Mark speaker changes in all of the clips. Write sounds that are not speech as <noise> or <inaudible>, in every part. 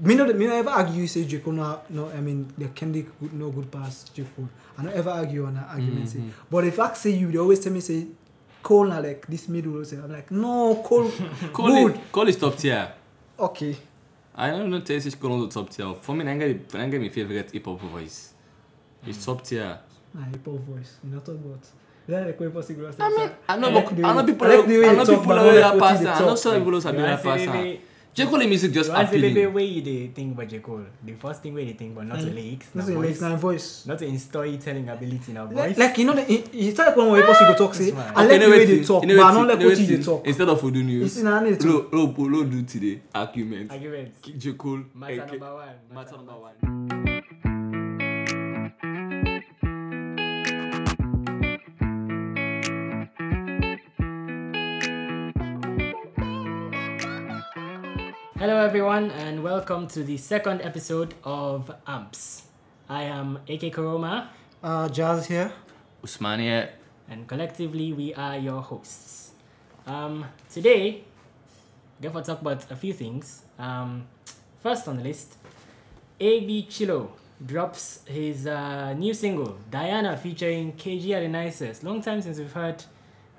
Speaker 1: Me not, me not ever argue say J. Cole no, no I mean the Kendrick good, no good pass J. Cole. I don't ever argue on an argument say. But if I say you they always tell me say Cole na like this middle say I'm like no Cole
Speaker 2: Cole,
Speaker 1: good.
Speaker 2: is- Cole is top tier.
Speaker 1: Okay.
Speaker 2: I don't know tell if Cole is top tier. For me, Nanga Nanga my favorite hip hop voice. It's top tier.
Speaker 1: Nah, hip hop voice. You not talk about. Then like when possible.
Speaker 2: I mean, I know,
Speaker 1: I
Speaker 2: but
Speaker 1: like the
Speaker 2: I
Speaker 1: way-
Speaker 2: know people.
Speaker 1: I like the way
Speaker 2: I
Speaker 1: you
Speaker 2: know
Speaker 1: talk,
Speaker 2: people
Speaker 1: but I
Speaker 2: are
Speaker 1: like what
Speaker 2: that
Speaker 1: you
Speaker 2: person. I
Speaker 1: talk,
Speaker 2: know some people are
Speaker 3: You
Speaker 2: that
Speaker 3: want see the
Speaker 2: person.
Speaker 3: way-
Speaker 2: J Cole music just
Speaker 3: you want see the way
Speaker 2: appealing.
Speaker 3: wey they think about J. Cole. The first thing where they think about not the lyrics, na
Speaker 1: Not in
Speaker 3: voice.
Speaker 1: lyrics, not voice.
Speaker 3: Not in storytelling ability, na
Speaker 1: Like,
Speaker 3: voice.
Speaker 1: like you know, the, he, he started one way possible talk say.
Speaker 3: That's right.
Speaker 1: I like the way they
Speaker 2: wetin-
Speaker 1: talk,
Speaker 2: you
Speaker 1: but I don't
Speaker 2: wetin-
Speaker 1: like
Speaker 2: you know
Speaker 1: what they
Speaker 2: wetin?
Speaker 1: talk.
Speaker 2: Instead of Odu
Speaker 1: It's
Speaker 2: News,
Speaker 1: in an
Speaker 2: low, low, low do today argument.
Speaker 3: Argument.
Speaker 2: J Cole,
Speaker 3: Matter
Speaker 2: AK,
Speaker 3: number one.
Speaker 2: matter number one.
Speaker 3: Hello, everyone, and welcome to the second episode of AMPS. I am AK Koroma,
Speaker 1: Uh, jazz here.
Speaker 2: Usmania.
Speaker 3: and collectively we are your hosts. Um, today, therefore, talk about a few things. Um, first on the list, AB Chilo drops his uh, new single, Diana, featuring KG Adenises. Long time since we've heard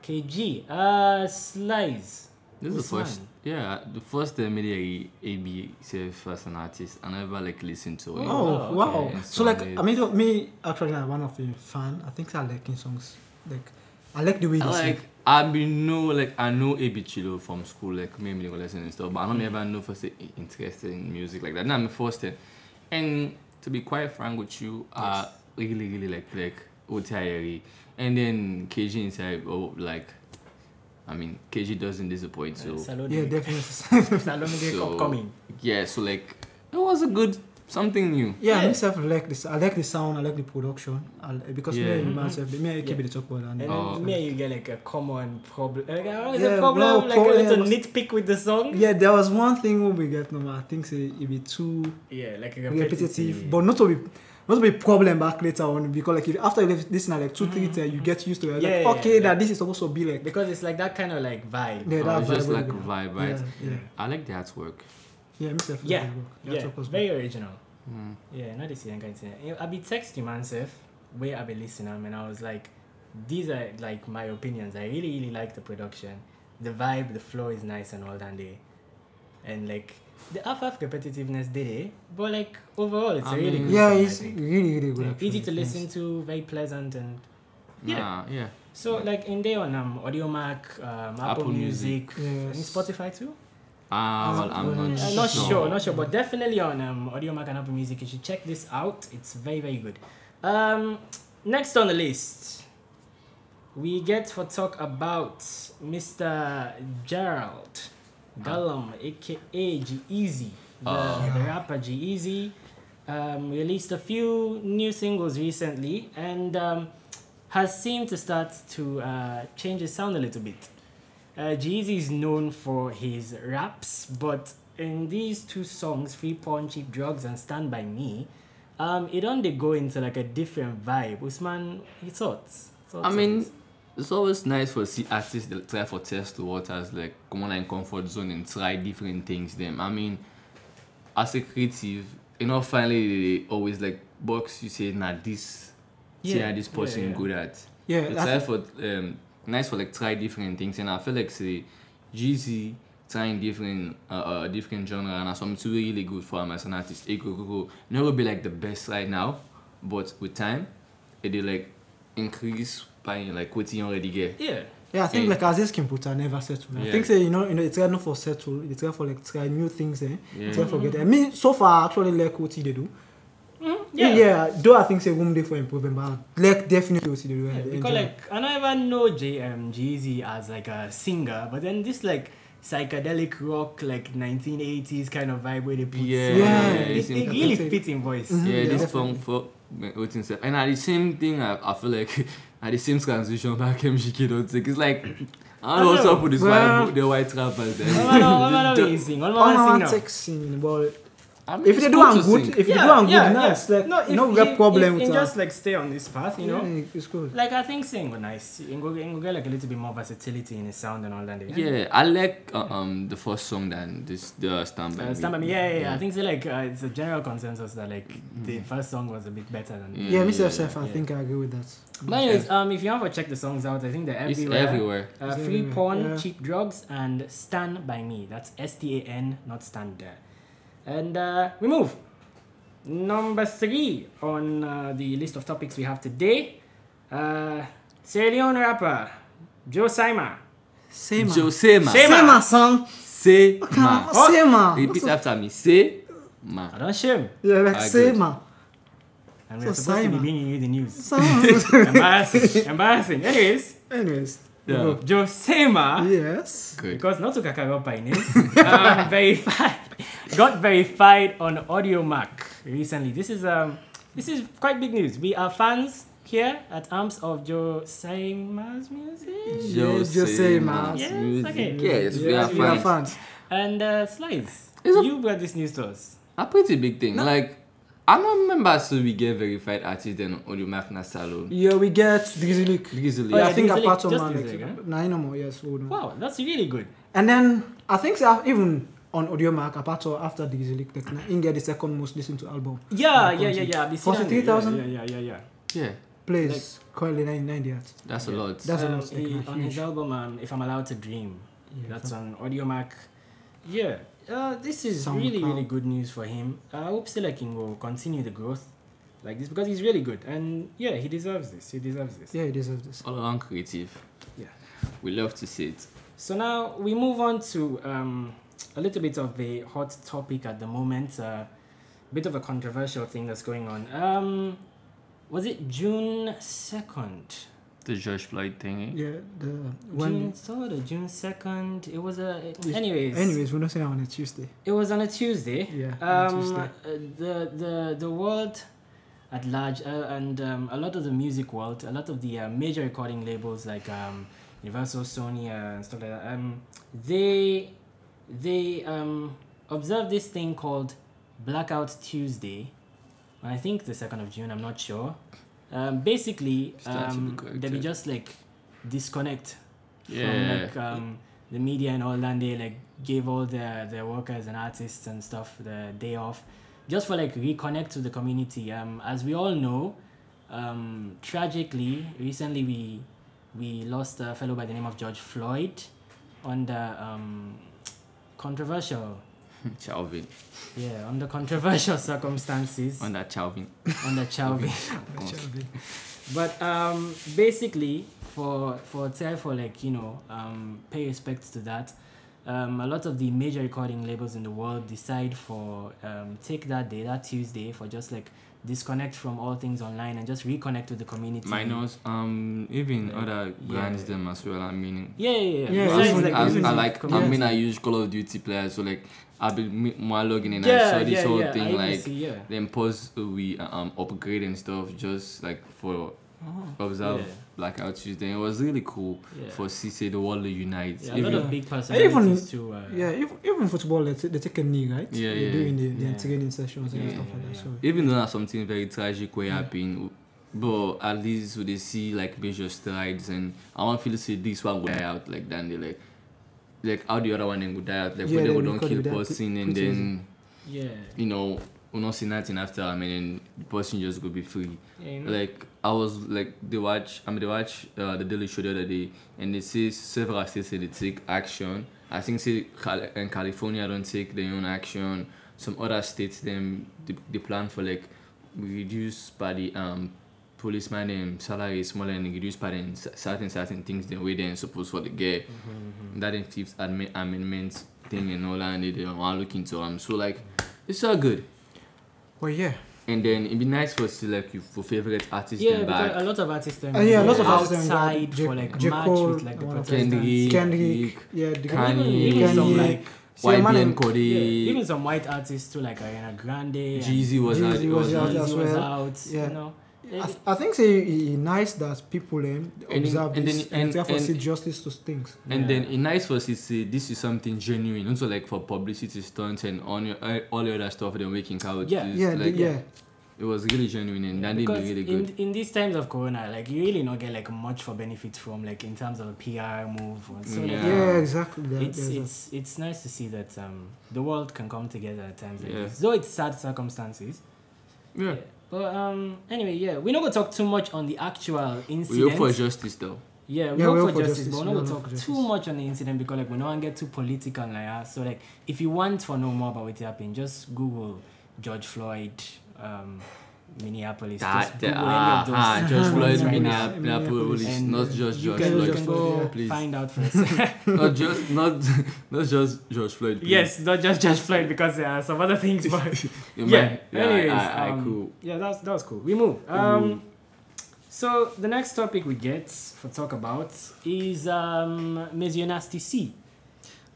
Speaker 3: KG. Uh, Slice.
Speaker 2: This is the
Speaker 3: Usman.
Speaker 2: first, yeah, the first uh, media AB served as an artist. I never like listened to it.
Speaker 1: Oh,
Speaker 3: Oh,
Speaker 1: wow.
Speaker 2: okay.
Speaker 1: So, like, I mean, though, me, actually, I'm one of the fan. I think I like in songs. Like, I like the way they
Speaker 2: I
Speaker 1: sing.
Speaker 2: like I been know like I know AB Chilo from school like me me go lesson and stuff, but I don't ever know for say i- interested in music like that. Now I'm first thing. And to be quite frank with you, I really really like like Otiari. E. And then KG inside oh like I mean KG doesn't disappoint so
Speaker 3: Salome.
Speaker 1: Yeah, definitely.
Speaker 3: <laughs> Salome Drake
Speaker 2: So-
Speaker 3: upcoming.
Speaker 2: yeah, so like it was a good something new.
Speaker 1: <laughs> yeah,
Speaker 3: Yeah.
Speaker 1: myself like this. I like the sound. I like the production. I, because
Speaker 2: Yeah.
Speaker 1: me and myself, me and
Speaker 3: Yeah.
Speaker 1: AKB, they talk about that.
Speaker 3: And
Speaker 2: Oh.
Speaker 3: then me, you get like a common problem. Like, oh, it's
Speaker 1: Yeah,
Speaker 3: a problem,
Speaker 1: well,
Speaker 3: like
Speaker 1: pro-
Speaker 3: a
Speaker 1: yeah,
Speaker 3: little
Speaker 1: must-
Speaker 3: nitpick with the song.
Speaker 1: Yeah, there was one thing when we get no, I think say it be too
Speaker 3: Yeah, like a
Speaker 1: repetitive,
Speaker 3: repetitive.
Speaker 1: but not to be not to be problem back later on because like if after you listen at like two three times you get used to it.
Speaker 3: Yeah,
Speaker 1: like,
Speaker 3: yeah,
Speaker 1: okay,
Speaker 3: yeah.
Speaker 1: that this is supposed to be like
Speaker 3: because it's like that kind of like vibe.
Speaker 1: yeah,
Speaker 2: Oh,
Speaker 1: that
Speaker 2: it's just
Speaker 1: vibe
Speaker 2: like a
Speaker 1: will be-
Speaker 2: vibe, right?
Speaker 1: Yeah, yeah,
Speaker 2: I like the artwork.
Speaker 1: yeah. myself, like
Speaker 3: Yeah,
Speaker 1: it, bro. That's
Speaker 3: yeah,
Speaker 1: what was-
Speaker 3: very original.
Speaker 2: Hmm.
Speaker 3: Yeah, not this young guy. uh, I be texting myself where I be listening, and I was like, these are like my opinions. I really, really like the production, the vibe, the flow is nice and all that day, and like the half half competitiveness did it, but like overall, it's
Speaker 2: I
Speaker 3: a really
Speaker 2: mean-
Speaker 3: good.
Speaker 1: yeah,
Speaker 3: song, I
Speaker 1: it's
Speaker 3: think.
Speaker 1: really really good.
Speaker 3: Yeah,
Speaker 1: actually,
Speaker 3: easy to
Speaker 1: yes.
Speaker 3: listen to, very pleasant and Yeah.
Speaker 2: Nah, yeah.
Speaker 3: so like in there on um, AudioMac, um, Apple,
Speaker 2: Apple
Speaker 3: Music,
Speaker 1: Yes.
Speaker 3: and Spotify too.
Speaker 2: Ah, well, I'm
Speaker 1: well,
Speaker 2: not,
Speaker 3: I'm
Speaker 1: I'm
Speaker 3: Uh, not sure, not sure, but definitely on um, AudioMac and Apple Music, you should check this out. It's very very good. Um, next on the list, we get for talk about Mr. Gerald Gallum, aka G Easy, the,
Speaker 2: Ah.
Speaker 3: the rapper G Easy. Um, released a few new singles recently and um, has seemed to start to uh, change his sound a little bit. Uh, Jeezy is known for his raps, but in these two songs, Free Porn, Cheap Drugs, and Stand By Me, um, it only go into like a different vibe. Usman, your thoughts? Thoughts
Speaker 2: I
Speaker 3: on
Speaker 2: mean,
Speaker 3: this?
Speaker 2: it's always nice for see artists that try for test waters, like come on and comfort zone and try different things. Them, I mean, as a creative, you know, finally they always like box you say, nah, this, yeah,
Speaker 3: Yeah,
Speaker 2: this
Speaker 3: yeah,
Speaker 2: person
Speaker 3: yeah.
Speaker 2: good at.
Speaker 1: Yeah,
Speaker 2: it's
Speaker 1: that's-
Speaker 2: nice for um, nice for like try different things, and I feel like say, Jeezy trying different uh, uh different genre and that's something really good for him as an artist. It could, could, could never be like the best right now, but with time, it did like increase by like what he already get.
Speaker 3: yeah.
Speaker 1: Yeah, I think
Speaker 2: Yeah.
Speaker 1: like Aziz Kimputa never settle.
Speaker 2: Yeah.
Speaker 1: I think say you know you know it's not for settle, it's not for like try new things eh.
Speaker 2: Yeah.
Speaker 1: It's not for get I mean so far I actually like what he dey do.
Speaker 3: Mm-hmm. yeah.
Speaker 1: Yeah. yeah, though I think say room there for improvement, but like definitely what he dey do.
Speaker 3: Yeah,
Speaker 1: I
Speaker 3: because
Speaker 1: enjoy.
Speaker 3: like I don't even know JM Jeezy as like a singer, but then this like psychedelic rock like 1980s kind of vibe where they put
Speaker 2: Yeah,
Speaker 3: sound,
Speaker 1: yeah,
Speaker 3: it,
Speaker 2: it's
Speaker 3: it
Speaker 2: in-
Speaker 3: really fits in voice.
Speaker 1: Mhm.
Speaker 2: Yeah,
Speaker 1: Yeah,
Speaker 2: this
Speaker 1: definitely.
Speaker 2: song for what himself. And at the same thing, I, I feel like <laughs> at the same transition back MGK don't take. It's like I don't know what's up with this
Speaker 1: Well-
Speaker 2: white the white rappers. eh?
Speaker 1: <laughs>
Speaker 3: What am I- what am I
Speaker 2: Then.
Speaker 3: missing? What am I
Speaker 1: all I
Speaker 3: missing
Speaker 1: want
Speaker 3: now?
Speaker 1: sex in but
Speaker 2: I mean,
Speaker 1: If they
Speaker 2: it's
Speaker 1: do,
Speaker 2: good
Speaker 1: I'm
Speaker 2: to
Speaker 1: good.
Speaker 2: sing.
Speaker 1: If you do, I'm good. Nice. Like,
Speaker 3: no, if,
Speaker 1: no real
Speaker 3: if-
Speaker 1: problem Mm.
Speaker 3: if,
Speaker 1: with
Speaker 3: and
Speaker 1: that.
Speaker 3: just like stay on this path, you know.
Speaker 1: Yeah, it's good.
Speaker 3: Like I think sing were nice. You can go, you can go like a little bit more versatility in his sound and all that.
Speaker 2: Yeah, I like uh, um the first song than this the Stand by
Speaker 3: Uh,
Speaker 2: Me.
Speaker 3: Stand By Me, yeah, yeah, yeah. I think it's like uh, it's a general consensus that like the first song was a bit better than.
Speaker 1: Yeah, Mr.
Speaker 2: yeah,
Speaker 1: Sef, I
Speaker 3: Mm. yeah.
Speaker 1: think I agree with that.
Speaker 3: But anyways, um, if you haven't checked the songs out, I think they're
Speaker 2: It's
Speaker 3: everywhere.
Speaker 2: everywhere.
Speaker 3: Uh,
Speaker 1: It's
Speaker 3: free
Speaker 1: everywhere,
Speaker 3: porn,
Speaker 1: yeah.
Speaker 3: cheap drugs, and stand by me. That's S T A N, not stand there. And uh, we move. Number three on uh, the list of topics we have today. Uh, Sierra Leone rapper Joe Sima.
Speaker 1: Sema.
Speaker 2: Josema.
Speaker 3: Sema.
Speaker 1: Sema, son.
Speaker 2: Sema.
Speaker 3: Oh,
Speaker 1: Sema.
Speaker 2: Repeat after me. Sema.
Speaker 3: I don't shame.
Speaker 1: Yeah, like
Speaker 2: I agree.
Speaker 1: Sema.
Speaker 3: And we're
Speaker 1: So
Speaker 3: supposed to be
Speaker 1: Sima.
Speaker 3: bringing you the news. <laughs>
Speaker 1: Son.
Speaker 3: embarrassing. embarrassing. Anyways,
Speaker 1: Anyways.
Speaker 2: Yeah.
Speaker 1: go.
Speaker 3: Joe Sima.
Speaker 1: Yes.
Speaker 2: Oh, Good.
Speaker 3: Because not to Kakarot by name, <laughs> um, verified, got verified on AudioMac recently. This is um, this is quite big news. We are fans here at Arms of Joe Saima's music
Speaker 1: Josema.
Speaker 2: Josema's
Speaker 3: Yes,
Speaker 2: music.
Speaker 3: okay.
Speaker 2: Yes, we
Speaker 1: Yes,
Speaker 2: are fans.
Speaker 1: fans.
Speaker 3: and uh, Slides.
Speaker 2: It's a-
Speaker 3: you brought this news to us.
Speaker 2: A pretty big thing. Like, I don't remember so we get verified artist then on Audio Mac Nasalo.
Speaker 1: Yeah, we get Drizzlyk.
Speaker 2: Easily.
Speaker 3: Oh, yeah,
Speaker 1: I think
Speaker 3: Drizzlyk,
Speaker 1: apart from
Speaker 3: just
Speaker 1: Malik.
Speaker 3: Drizzlyk, huh?
Speaker 1: Nah, no more. Yes, hold on.
Speaker 3: Wow, that's really good.
Speaker 1: And then I think so, even on Audio Mac, apart from after Drizzlyk, like, nah, in get the second most listened to album.
Speaker 3: Yeah,
Speaker 1: Uh,
Speaker 3: yeah, yeah,
Speaker 1: content.
Speaker 3: yeah. I've been seeing that.
Speaker 1: 43,000?
Speaker 3: Yeah, yeah, yeah, yeah.
Speaker 2: Yeah,
Speaker 1: Plays currently 98.
Speaker 2: that's a lot.
Speaker 1: That's
Speaker 3: Um,
Speaker 1: what I was thinking,
Speaker 3: he-
Speaker 1: <laughs> like,
Speaker 3: on his
Speaker 1: huge.
Speaker 3: album, um, if I'm allowed to dream,
Speaker 1: Yeah,
Speaker 3: that's on AudioMac. Yeah, uh, this is really, really
Speaker 1: SoundCloud.
Speaker 3: good news for him. Uh, I hope Silaking will continue the growth like this because he's really good and yeah, he deserves this. He deserves this.
Speaker 1: Yeah, he deserves this.
Speaker 2: All around creative.
Speaker 3: Yeah.
Speaker 2: We love to see it.
Speaker 3: So now we move on to um, a little bit of a hot topic at the moment, uh, bit of a controversial thing that's going on. Um, was it June 2nd?
Speaker 2: The George Floyd eh? thingy.
Speaker 1: Yeah, the
Speaker 3: June
Speaker 1: when.
Speaker 3: 3rd or June 2nd? It was a. Anyways.
Speaker 1: Anyways, we're not saying on a Tuesday.
Speaker 3: It was on a Tuesday.
Speaker 1: Yeah, on
Speaker 3: Um,
Speaker 1: Tuesday.
Speaker 3: uh, the the the world at large uh, and um, a lot of the music world, a lot of the uh, major recording labels like um, Universal, Sony, uh, and stuff like that. Um, they they um observed this thing called Blackout Tuesday. And I think the second of June. I'm not sure. Um, basically,
Speaker 2: Stands to be
Speaker 3: um,
Speaker 2: corrected.
Speaker 3: they be just like disconnect from
Speaker 2: Yeah.
Speaker 3: like um, the media and all and they like gave all their their workers and artists and stuff the day off just for like reconnect to the community um as we all know um tragically recently we we lost a fellow by the name of George Floyd on the um controversial
Speaker 2: <laughs> Chalvin.
Speaker 3: yeah on the controversial <laughs> circumstances
Speaker 2: On that Chalvin. <laughs>
Speaker 3: on the Chauvin but um, basically, for for try for like you know um, pay respects to that. Um, a lot of the major recording labels in the world decide for um, take that day, that Tuesday, for just like disconnect from all things online and just reconnect with the community.
Speaker 2: Minus, um, even
Speaker 3: Like,
Speaker 2: other brands
Speaker 3: yeah.
Speaker 2: them as well. I mean,
Speaker 3: Yeah, yeah, yeah.
Speaker 1: Yeah,
Speaker 3: Besides,
Speaker 1: even-
Speaker 3: like,
Speaker 2: I,
Speaker 3: even
Speaker 2: I
Speaker 3: the
Speaker 2: like. I
Speaker 3: community.
Speaker 2: mean, I use Call of Duty players, so like, I've been me- more logging in. I
Speaker 3: yeah,
Speaker 2: saw this
Speaker 3: yeah,
Speaker 2: whole
Speaker 3: yeah, I
Speaker 2: thing
Speaker 3: even
Speaker 2: like
Speaker 3: see, yeah.
Speaker 2: then post we uh, um upgrade and stuff just like for observe
Speaker 3: Yeah.
Speaker 2: blackout Tuesday. It was really cool
Speaker 3: Oh. Yeah.
Speaker 2: for CC the world unites.
Speaker 3: Yeah, a lot
Speaker 2: Even-
Speaker 3: of big personalities too. Uh,
Speaker 1: Yeah, even, even football, they, t- they take a knee, right?
Speaker 2: Yeah,
Speaker 1: They're
Speaker 2: yeah,
Speaker 1: doing the, the
Speaker 3: yeah.
Speaker 1: training sessions and
Speaker 2: Yeah,
Speaker 1: stuff like
Speaker 3: yeah,
Speaker 1: that.
Speaker 3: yeah.
Speaker 1: So,
Speaker 2: even though that's something very tragic will happen but at least they see like major strides and I want feel to see this one will die out like then they like like how the other one then would die out like
Speaker 1: Yeah,
Speaker 2: when they
Speaker 1: they
Speaker 2: would
Speaker 1: will
Speaker 2: don't
Speaker 1: cut
Speaker 2: kill
Speaker 1: it down
Speaker 2: person
Speaker 1: pre-
Speaker 2: and
Speaker 1: pretty
Speaker 2: then
Speaker 3: yeah,
Speaker 2: you know we not see nothing after I mean and the person just go be free.
Speaker 3: yeah, you know.
Speaker 2: Like I was like they watch I mean they watch uh, the Daily Show the other day and they say several states say they take action. I think say Cal- in California don't take their own action. Some other states them they, they plan for like reduce by the um policeman and salary is smaller and reduce by then cer- certain certain things the way they're supposed for the get.
Speaker 3: Mm-hmm,
Speaker 2: That in fifth admi- amendment thing and all that and they, they are looking to um so like it's all good.
Speaker 1: well, yeah.
Speaker 2: And then it'd be nice for us to like you for favorite artist
Speaker 3: Yeah,
Speaker 2: them
Speaker 3: because
Speaker 2: back.
Speaker 3: a lot of artists them
Speaker 1: Uh, yeah, a lot
Speaker 2: of
Speaker 1: artists them got
Speaker 3: outside
Speaker 1: J-
Speaker 3: for like
Speaker 1: J.
Speaker 3: match
Speaker 1: Cole
Speaker 3: with like the
Speaker 1: and all that.
Speaker 2: Kendrick.
Speaker 3: protesters.
Speaker 1: Kendrick, yeah, the
Speaker 2: Kanye,
Speaker 1: Kanye,
Speaker 3: Some,
Speaker 1: Kanye.
Speaker 3: like,
Speaker 1: See, a man
Speaker 2: YBN
Speaker 1: in-
Speaker 2: Cody,
Speaker 3: Yeah, even some white artists too, like Ariana Grande. and
Speaker 2: Jeezy was
Speaker 1: Jeezy
Speaker 2: out. it
Speaker 1: was
Speaker 2: was
Speaker 1: out
Speaker 2: out.
Speaker 1: as
Speaker 3: Yeezy was
Speaker 1: well.
Speaker 3: out.
Speaker 1: Yeah.
Speaker 3: You know,
Speaker 1: I, th- I think say it's nice that people um,
Speaker 2: And
Speaker 1: observe
Speaker 2: then-
Speaker 1: this
Speaker 2: and-
Speaker 1: and, therefore
Speaker 2: and-
Speaker 1: see justice to things.
Speaker 2: And
Speaker 3: Yeah.
Speaker 2: then it's nice for us to say this is something genuine, also like for publicity stunts and on your, uh, all the other stuff them making out.
Speaker 3: Yeah.
Speaker 2: is
Speaker 1: Yeah,
Speaker 2: like,
Speaker 1: the, yeah,
Speaker 2: It was really genuine and that did
Speaker 3: Because
Speaker 2: really good.
Speaker 3: in, in these times of corona, like you really not get like much for benefit from like in terms of a PR move or so. like,
Speaker 1: yeah,
Speaker 2: Yeah.
Speaker 1: exactly. That,
Speaker 3: it's
Speaker 1: there's a-
Speaker 3: it's it's nice to see that um, the world can come together at times like
Speaker 2: Yeah.
Speaker 3: this. Though it's sad circumstances.
Speaker 2: yeah.
Speaker 3: But um anyway, yeah, we're not gonna talk too much on the actual incident.
Speaker 2: We hope for justice though.
Speaker 3: yeah, we
Speaker 1: Yeah,
Speaker 3: hope for, justice, but we're not
Speaker 1: we
Speaker 3: gonna
Speaker 1: hope for
Speaker 3: talk too
Speaker 1: justice.
Speaker 3: much on the incident because like we don't wanna get too political like that. So like if you want to know more about what happened, just Google George Floyd, um Minneapolis,
Speaker 2: That,
Speaker 3: just Google
Speaker 2: ah, ah,
Speaker 3: any of those.
Speaker 2: George Floyd,
Speaker 3: things <laughs> right now.
Speaker 1: Minneapolis,
Speaker 2: Minneapolis,
Speaker 3: And
Speaker 2: not just
Speaker 3: you
Speaker 2: George
Speaker 3: can, You
Speaker 2: Floyd.
Speaker 3: can go
Speaker 2: Please.
Speaker 3: find out for yourself.
Speaker 2: not just not <laughs> not just George Floyd. <laughs> please.
Speaker 3: <laughs>
Speaker 2: <laughs>
Speaker 3: yes, not just George Floyd because there are some other things, but <laughs>
Speaker 2: You
Speaker 3: yeah.
Speaker 2: might- yeah,
Speaker 3: anyways,
Speaker 2: I, I, I
Speaker 3: um,
Speaker 2: cool.
Speaker 3: Yeah, that was, that was cool. We move. Um, so the next topic we get for talk about is um, Monsieur Nasty C. um,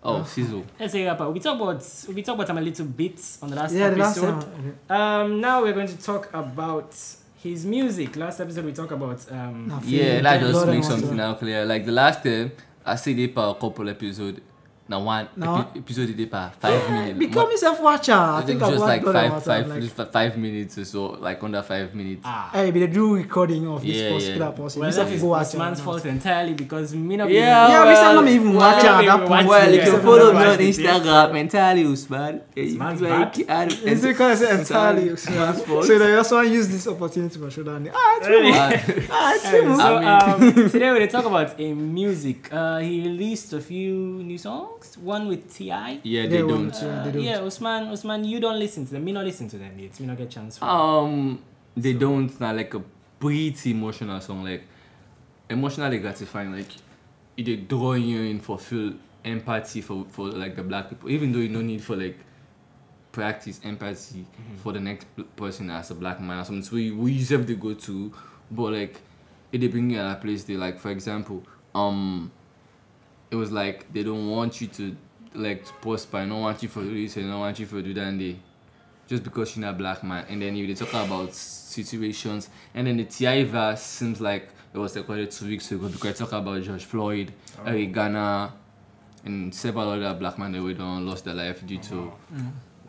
Speaker 2: Oh, Sizzle.
Speaker 3: Let's say about we talk about we talk about him a little bit on the last
Speaker 1: yeah, the last
Speaker 3: episode.
Speaker 1: time. uh,
Speaker 3: Um, now we're going to talk about his music. Last episode we talked about um,
Speaker 1: nah,
Speaker 2: Yeah,
Speaker 1: Phil,
Speaker 2: let's just
Speaker 1: Lord
Speaker 2: make
Speaker 1: Monster.
Speaker 2: something now clear. Like the last time, I said it for a couple episodes. Now one
Speaker 1: Now-
Speaker 2: epi- episode it for
Speaker 1: <gasps>
Speaker 2: five minutes.
Speaker 1: Become myself watcher. I
Speaker 2: It
Speaker 1: think
Speaker 2: was
Speaker 1: I've
Speaker 2: just like
Speaker 1: watched Lord
Speaker 2: five,
Speaker 1: Monster,
Speaker 2: five,
Speaker 1: like,
Speaker 2: just five minutes or so, like under five minutes.
Speaker 3: ah.
Speaker 1: Hey, but they do recording of this
Speaker 2: Yeah,
Speaker 1: first
Speaker 2: yeah.
Speaker 1: killer person.
Speaker 3: Well,
Speaker 1: This
Speaker 3: that
Speaker 1: have
Speaker 3: is
Speaker 1: to go
Speaker 3: this
Speaker 1: out
Speaker 3: man's
Speaker 1: and-
Speaker 3: fault entirely because me not
Speaker 2: Yeah,
Speaker 1: Yeah, we
Speaker 2: well,
Speaker 1: said not even
Speaker 2: well,
Speaker 1: watch at
Speaker 3: yeah,
Speaker 1: that point.
Speaker 3: once Well,
Speaker 2: if
Speaker 3: you Yeah.
Speaker 2: you
Speaker 3: get
Speaker 2: follow me
Speaker 3: Yeah.
Speaker 2: on Instagram, mentally Usman, eh, you
Speaker 3: Usman's
Speaker 2: like,
Speaker 3: bad.
Speaker 2: I don't-
Speaker 1: It's because it's entirely
Speaker 2: Usman's
Speaker 1: Usman's <laughs>
Speaker 2: fault.
Speaker 1: So they also use this opportunity for showdown. Ah, it's
Speaker 3: Really?
Speaker 1: really,
Speaker 2: Uh,
Speaker 1: ah, it's
Speaker 3: Anyway,
Speaker 1: really.
Speaker 3: so
Speaker 2: I
Speaker 3: um, <laughs> today we're going to talk about a music. Uh, he released a few new songs. One with Ti.
Speaker 2: yeah,
Speaker 1: They
Speaker 2: they
Speaker 1: won't.
Speaker 2: don't.
Speaker 1: So
Speaker 3: Uh,
Speaker 1: they don't-
Speaker 3: yeah, Usman, Usman, you don't listen to them. Me not listen to them yet. Me not get chance for.
Speaker 2: Um, they don't. Not like a pretty emotional song, like emotionally gratifying. Like it they draw you in for feel empathy for for like the black people, even though you no need for like practice empathy for the next p- person as a black man or something. So we we have to go to, but like it they bring you at a place. They like, for example, um, it was like they don't want you to like to prosper. I don't want you for this. I don't want you for do that. And they just because you're not black man. And then you they talk about s- situations. And then the Ti verse seems like it was recorded two weeks ago because they talk about George Floyd, Eric Garner, and several other black men that were done lost their life due to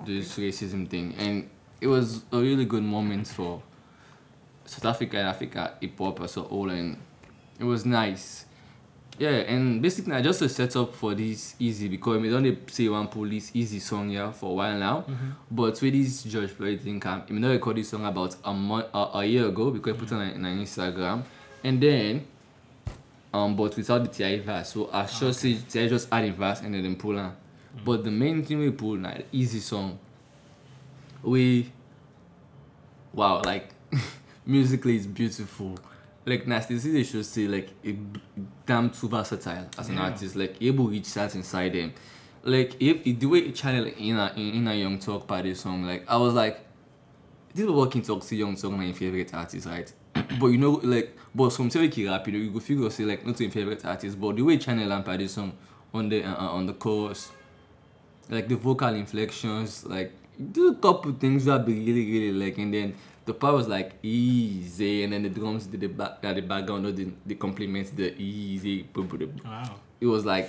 Speaker 2: this racism thing. And it was a really good moment for South Africa and Africa hip hop as a whole, and it was nice. Yeah, and basically, I just to set up for this easy because we don't dey say one police easy song here for a while now, but with this George Floyd thing, come, we not record this song about a month, a, a year ago because I put it on, on Instagram, and then, um, but without the Ti verse, so I just say Ti just add a verse and then dem pull am. But the main thing we pull na the easy song. We wow, like <laughs> musically it's beautiful. Like Nasty C, they should say like it, damn too versatile as an
Speaker 3: Yeah.
Speaker 2: artist. Like able reach that inside them. Like it, it, the way it channel in a in, in a Young Talk party song. Like I was like, this working talk to Young Talk na your favorite artist, right? <clears throat> but you know like but some say ki rap, you know, you go figure say like not your favorite artist, but the way channel and party song on the uh, uh, on the chorus like the vocal inflections, like do a couple things that be really really like, and then the part was like easy, and then the drums did the back at the background, or the the compliments the easy. boom, boom, boom.
Speaker 3: Wow.
Speaker 2: It was like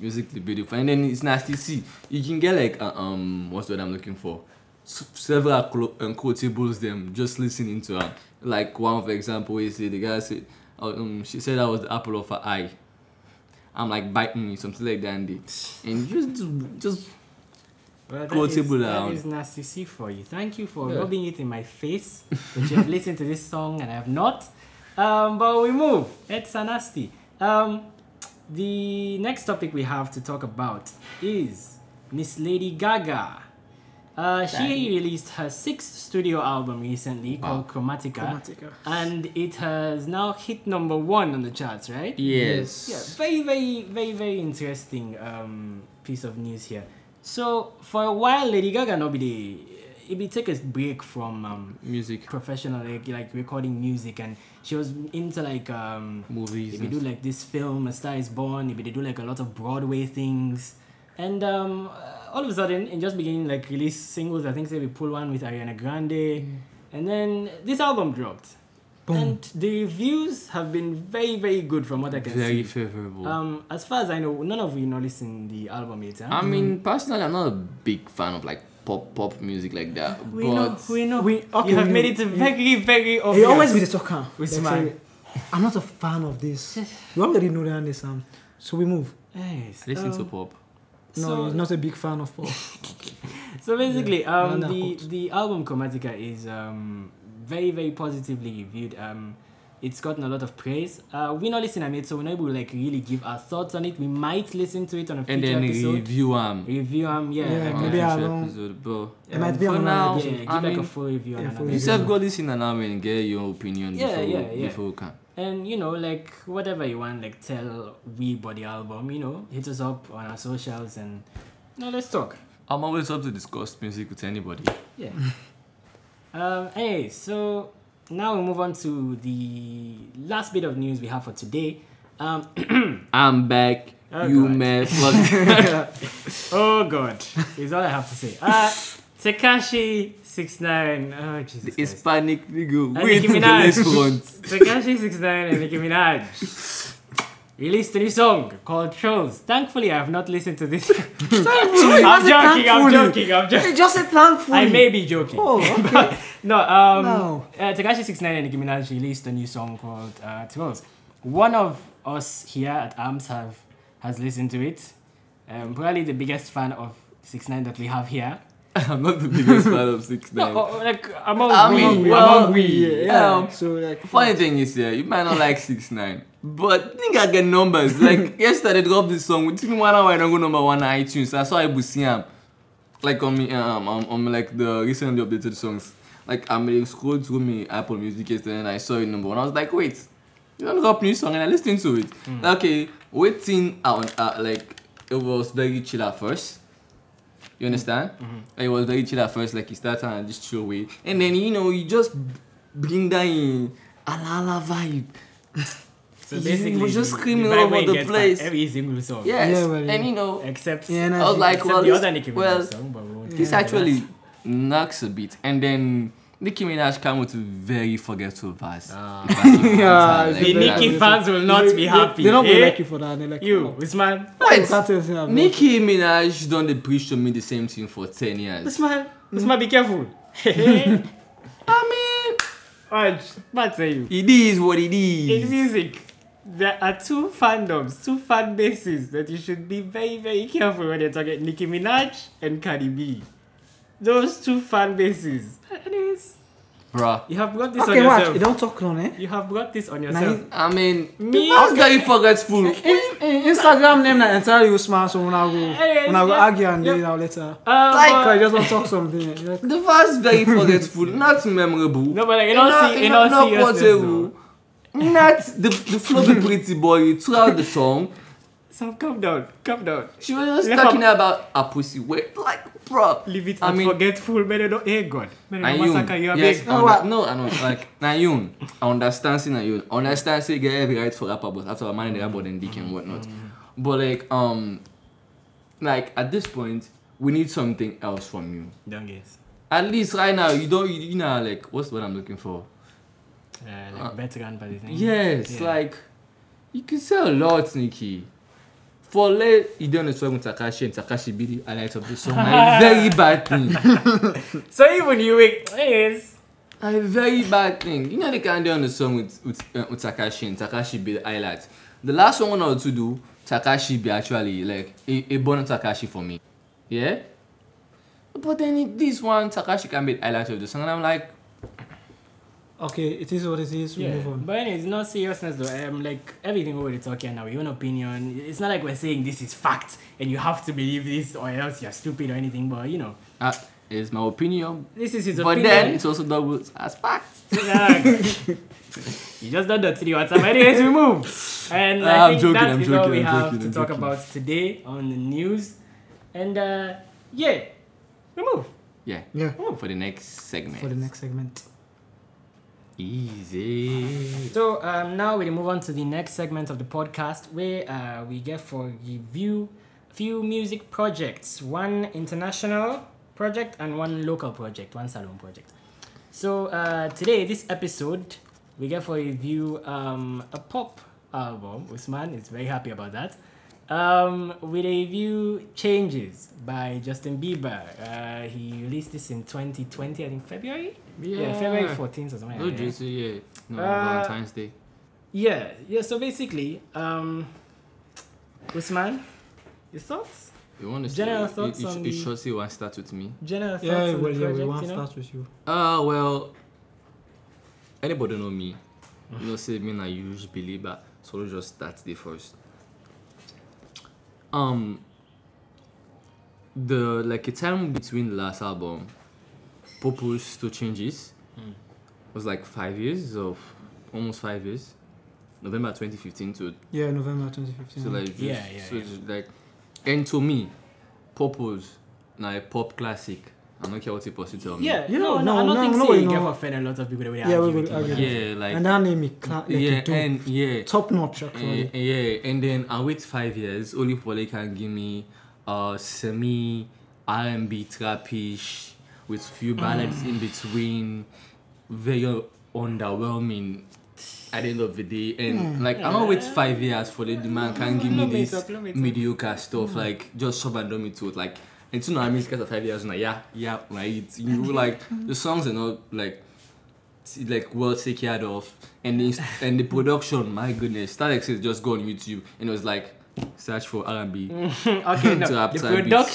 Speaker 2: musically beautiful, and then it's nasty. See, you can get like uh, um, what's what I'm looking for? S- several clo- um, quotables them just listening to her. Like one for example, where you see the guy said, oh, um, she said I was the apple of her eye. I'm like biting me, something like that, and, they- and just just
Speaker 3: Well, that,
Speaker 2: Go
Speaker 3: is,
Speaker 2: table
Speaker 3: that
Speaker 2: down.
Speaker 3: is nasty C for you. Thank you for
Speaker 2: Yeah.
Speaker 3: rubbing it in my face that you have listened to this song and I have not. Um, but we move. It's a nasty. Um, the next topic we have to talk about is Miss Lady Gaga. Uh, she released her sixth studio album recently
Speaker 2: Wow.
Speaker 3: called Chromatica,
Speaker 1: Chromatica.
Speaker 3: and it has now hit number one on the charts, right?
Speaker 2: Yes.
Speaker 3: Yeah, very, very, very, very interesting um, piece of news here. So for a while, Lady Gaga no be the, it be take a break from um,
Speaker 2: Music,
Speaker 3: professional like, like recording music, and she was into like um,
Speaker 2: movies.
Speaker 3: if you do like this film, A Star Is Born, if they do like a lot of Broadway things, and um, uh, all of a sudden, and just beginning like release singles. I think say we pull one with Ariana Grande, And then this album dropped.
Speaker 1: Boom.
Speaker 3: And the reviews have been very, very good from what I can
Speaker 2: Very
Speaker 3: see.
Speaker 2: favorable.
Speaker 3: Um, as far as I know, none of you not listened the album yet. huh?
Speaker 2: I mean, personally, I'm not a big fan of like pop pop music like that.
Speaker 3: we
Speaker 2: but
Speaker 3: know, we know.
Speaker 1: We- okay,
Speaker 3: you have
Speaker 1: we
Speaker 3: made
Speaker 1: know.
Speaker 3: it very, very
Speaker 1: He
Speaker 3: obvious.
Speaker 1: always be the talker.
Speaker 3: With
Speaker 1: Like,
Speaker 3: smile.
Speaker 1: sorry, I'm not a fan of this. You already know that this um. So we move.
Speaker 3: Yes,
Speaker 2: I listen to
Speaker 3: um,
Speaker 2: pop.
Speaker 1: No,
Speaker 3: So-
Speaker 1: he's not a big fan of pop.
Speaker 3: So basically,
Speaker 1: Yeah,
Speaker 3: um,
Speaker 1: Nana
Speaker 3: the
Speaker 1: Holt.
Speaker 3: the album Chromatica is um, very very positively reviewed. Um, it's gotten a lot of praise. Uh, we're not listening to it, so we're not able to like really give our thoughts on it. We might listen to it on a future
Speaker 2: And then
Speaker 3: episode.
Speaker 2: review um. uh,
Speaker 3: Review um yeah,
Speaker 1: Yeah,
Speaker 3: um,
Speaker 1: maybe
Speaker 3: yeah,
Speaker 1: I-
Speaker 2: future
Speaker 1: I'll-
Speaker 2: episode, but
Speaker 1: It might be
Speaker 2: for
Speaker 1: on
Speaker 2: now.
Speaker 1: another
Speaker 3: yeah,
Speaker 1: episode.
Speaker 3: give
Speaker 2: I
Speaker 3: like a
Speaker 2: mean,
Speaker 3: full review on
Speaker 1: yeah,
Speaker 3: an
Speaker 1: full
Speaker 3: album.
Speaker 2: you have got this in an hour and get your opinion
Speaker 3: Yeah,
Speaker 2: before
Speaker 3: yeah, yeah.
Speaker 2: before we can.
Speaker 3: And you know, like whatever you want, like tell we body album, you know, hit us up on our socials and no, let's talk.
Speaker 2: I'm always up to discuss music with anybody.
Speaker 3: Yeah. um, anyway, so now we move on to the last bit of news we have for today. Um, <laughs>
Speaker 2: I'm back.
Speaker 3: Oh,
Speaker 2: you
Speaker 3: God.
Speaker 2: man.
Speaker 3: <laughs>
Speaker 2: Fuck.
Speaker 3: oh god, is all I have to say. Uh, Takashi six nine. Oh Jesus.
Speaker 2: It's
Speaker 3: Christ.
Speaker 2: panic, nigga.
Speaker 3: And
Speaker 2: Wait
Speaker 3: Nicki
Speaker 2: till the
Speaker 3: Minaj.
Speaker 2: next
Speaker 3: <laughs>
Speaker 2: month.
Speaker 3: Takashi six nine and Nicki Minaj released a new song called Trolls. Thankfully, I have not listened to this. <laughs>
Speaker 1: Sorry,
Speaker 3: I'm
Speaker 1: what's it
Speaker 3: joking. I'm
Speaker 1: thankfully?
Speaker 3: joking. I'm joking.
Speaker 1: Hey, just say thankfully.
Speaker 3: I may be joking.
Speaker 1: Oh, okay.
Speaker 3: No, um,
Speaker 1: No.
Speaker 3: Uh, Takashi 69 and Nicki Minaj released a new song called uh, Trolls. One of us here at ARMS have has listened to it. Um, probably the biggest fan of 69 that we have here.
Speaker 2: <laughs> I'm not the biggest fan of Six
Speaker 3: <laughs> No,
Speaker 2: Nine.
Speaker 3: oh, oh, like among
Speaker 2: uh, I
Speaker 3: we,
Speaker 2: mean,
Speaker 3: among
Speaker 2: well,
Speaker 3: we.
Speaker 1: yeah, yeah.
Speaker 2: um,
Speaker 1: so like
Speaker 2: Funny thing is, yeah, you might not like six nine, but think I get numbers. Like yesterday, drop this song within one hour, I don't go number one on iTunes. I saw Ibu Siam, like on me, um, on, on like the recently updated songs. Like I'm like, scrolled through me Apple Music yesterday, and I saw it number one. I was like, wait, you don't drop new song, and I listened to it. Okay, waiting out, uh, like it was very chill at first. You understand? Like, it was very chill at first, like he started and just chill way. And then you know, you just b- bring that in alala vibe.
Speaker 3: So
Speaker 2: You
Speaker 3: basically,
Speaker 2: were just
Speaker 3: the-
Speaker 2: screaming
Speaker 3: the
Speaker 2: all
Speaker 3: vibe
Speaker 2: over
Speaker 3: where it
Speaker 2: the
Speaker 3: gets by
Speaker 2: place.
Speaker 3: Every single song.
Speaker 2: Yes.
Speaker 1: Yeah, well,
Speaker 2: And you know,
Speaker 3: Except,
Speaker 1: Yeah,
Speaker 2: I was
Speaker 1: no,
Speaker 2: like,
Speaker 3: except
Speaker 2: well,
Speaker 3: the
Speaker 2: this-
Speaker 3: other Nicki Minaj
Speaker 2: well,
Speaker 3: song, but we won't
Speaker 2: this
Speaker 3: get into that.
Speaker 2: actually knocks a bit. And then Nicki Minaj came with a very forgetful verse.
Speaker 3: Ah.
Speaker 2: If I
Speaker 3: <laughs>
Speaker 2: can
Speaker 1: Yeah,
Speaker 2: tell,
Speaker 1: it's
Speaker 3: The
Speaker 1: a very-
Speaker 3: Nicki fans will not
Speaker 1: They-
Speaker 3: be
Speaker 1: they-
Speaker 3: happy.
Speaker 1: They don't
Speaker 3: eh?
Speaker 1: really like you for that. They like
Speaker 3: You,
Speaker 1: oh,
Speaker 3: Usman.
Speaker 1: you
Speaker 2: Wait,
Speaker 1: can't say anything about it.
Speaker 2: Nicki Minaj done the preach to me the same thing for 10 years.
Speaker 3: Usman, Usman, be
Speaker 2: <laughs>
Speaker 3: <laughs> careful.
Speaker 2: I mean,
Speaker 3: Alright, what say you?
Speaker 2: it is what it
Speaker 3: In
Speaker 2: is.
Speaker 3: music, there are two fandoms, two fan bases that you should be very, very careful when you're talking Nicki Minaj and Cardi B. Those two fan bases. Anyways,
Speaker 2: Bruh.
Speaker 3: you have brought this
Speaker 1: Okay,
Speaker 3: on
Speaker 1: watch.
Speaker 3: yourself.
Speaker 1: You don't talk on eh.
Speaker 3: You have brought this on
Speaker 1: Now
Speaker 3: yourself.
Speaker 2: I mean,
Speaker 3: Me-
Speaker 2: I was very forgetful.
Speaker 1: Instagram name na entirely Usman, so when I go, when I go
Speaker 3: yeah,
Speaker 1: argue and
Speaker 3: yeah.
Speaker 1: then I'll later.
Speaker 3: Uh,
Speaker 2: Like-
Speaker 3: but-
Speaker 1: Cause you just don't talk something. eh. Like,
Speaker 2: The verse very forgetful, not memorable.
Speaker 3: no, but like, in all, se- in all seriousness, though, non. <laughs>
Speaker 2: Not the the flow be pretty boy throughout the song.
Speaker 3: so calm down, calm down.
Speaker 2: She was just
Speaker 3: Left
Speaker 2: talking about a pussy wet, like bro.
Speaker 3: Leave it
Speaker 2: I
Speaker 3: and
Speaker 2: mean-
Speaker 3: forgetful, man. you don't- Hey, God. Man, you don't massacre,
Speaker 2: Nayun,
Speaker 3: you are
Speaker 2: yes, um,
Speaker 3: big.
Speaker 1: No,
Speaker 2: no,
Speaker 1: what?
Speaker 2: no, I know,
Speaker 3: <laughs>
Speaker 2: like Nayun, I understand say Nayun, I understand say get every right for rapper, but after a man in the rapper then dick and whatnot.
Speaker 3: Mm.
Speaker 2: But like um, like at this point, we need something else from you.
Speaker 3: Don't guess.
Speaker 2: At least right now, you don't, you, you know, like what's what I'm looking for.
Speaker 3: Uh,
Speaker 2: Uh,
Speaker 3: like, veteran, but thing.
Speaker 2: Yes,
Speaker 3: Yeah.
Speaker 2: like you can say a lot, Nikki. For late, you done a song with Takashi and Takashi be the highlight of the song. A very bad thing.
Speaker 3: So even you, yes.
Speaker 2: A very bad thing. You know they can't do on the song with with, uh, with Takashi and Takashi be the highlight. The last one I wanted to do, Takashi be actually like a, a born Takashi for me. Yeah? But then it, this one, Takashi can be the highlight of the song and I'm like,
Speaker 1: okay, it is what it is. We
Speaker 3: Yeah,
Speaker 1: move on.
Speaker 3: but anyways, no seriousness though. Um, like everything we're already talking now, your own opinion. It's not like we're saying this is fact and you have to believe this or else you're stupid or anything. But you know,
Speaker 2: ah, it's my opinion.
Speaker 3: this is his
Speaker 2: But then
Speaker 3: <laughs> opinion.
Speaker 2: it's also double as fact.
Speaker 3: Relax. you just done the three WhatsApp. Anyways, we move. And
Speaker 2: Ah,
Speaker 3: I
Speaker 2: I'm
Speaker 3: think
Speaker 2: joking,
Speaker 3: that
Speaker 2: I'm
Speaker 3: is all
Speaker 2: joking,
Speaker 3: we
Speaker 2: I'm
Speaker 3: have
Speaker 2: joking,
Speaker 3: to
Speaker 2: I'm
Speaker 3: talk
Speaker 2: joking.
Speaker 3: about today on the news. And uh, yeah, we move.
Speaker 2: Yeah. Oh,
Speaker 1: Yeah.
Speaker 2: For the next segment.
Speaker 1: For the next segment.
Speaker 2: Easy.
Speaker 3: So um, now we move on to the next segment of the podcast where uh, we get for review few music projects, one international project and one local project, one salon project. So uh, today, this episode, we get for review um, a pop album. Usman is very happy about that. Um, we review Changes by Justin Bieber. Uh, he released this in 2020, I think February. February 14th or something.
Speaker 2: No
Speaker 3: like that.
Speaker 2: juicy, yeah. No,
Speaker 3: Uh,
Speaker 2: Valentine's Day.
Speaker 3: Yeah, yeah. So basically, um, Usman, your thoughts?
Speaker 2: You want to
Speaker 3: general
Speaker 2: see,
Speaker 3: thoughts
Speaker 2: you, you,
Speaker 3: on
Speaker 2: you
Speaker 3: the-
Speaker 2: sure see one start with me?
Speaker 3: General thoughts
Speaker 1: Yeah,
Speaker 3: on
Speaker 1: well,
Speaker 3: the
Speaker 1: yeah,
Speaker 3: project,
Speaker 1: we want
Speaker 3: you
Speaker 1: to
Speaker 3: know?
Speaker 1: start with you.
Speaker 2: Uh, well, anybody know me, you know, say me na huge believer, so let's just start the first. Um, the like a time between last album, purpose to changes,
Speaker 3: Hmm.
Speaker 2: was like five years of almost five years, November 2015 to
Speaker 1: Yeah, November 2015.
Speaker 2: so like just,
Speaker 3: Hmm. Yeah, yeah,
Speaker 2: so
Speaker 3: yeah.
Speaker 2: just, like and to me, purpose na a pop classic. I don't care what people still tell me.
Speaker 3: Yeah,
Speaker 1: Yeah,
Speaker 3: no, no, I
Speaker 1: no,
Speaker 3: don't
Speaker 1: no,
Speaker 3: think
Speaker 1: no,
Speaker 3: so.
Speaker 1: you
Speaker 3: You
Speaker 1: know.
Speaker 3: can offend a lot of people that we
Speaker 1: Yeah,
Speaker 3: argue
Speaker 1: we will
Speaker 3: with you
Speaker 1: argue.
Speaker 3: about
Speaker 2: Yeah, like
Speaker 1: and that name is cla- like
Speaker 2: yeah,
Speaker 1: a top,
Speaker 2: and yeah,
Speaker 1: top notch actually.
Speaker 3: Mm.
Speaker 2: and, yeah, and then I wait five years. Only Wale can give me uh semi R and B trapish with few ballads in between, very underwhelming at the end of the day. And like I don't wait five years for the demand can give me Hmm.
Speaker 3: Let me
Speaker 2: this
Speaker 3: talk, let me talk.
Speaker 2: mediocre stuff. Like just shove and dump it to it. Like and you know I mean because of five years now, yeah, yeah, right. You like the songs are not like t- like well take care of and the, inst- and the production my goodness Star X is just go on YouTube and it was like search for R&B
Speaker 3: it. <laughs> okay,
Speaker 2: <laughs>
Speaker 3: no,
Speaker 2: To
Speaker 3: the
Speaker 2: upside beats.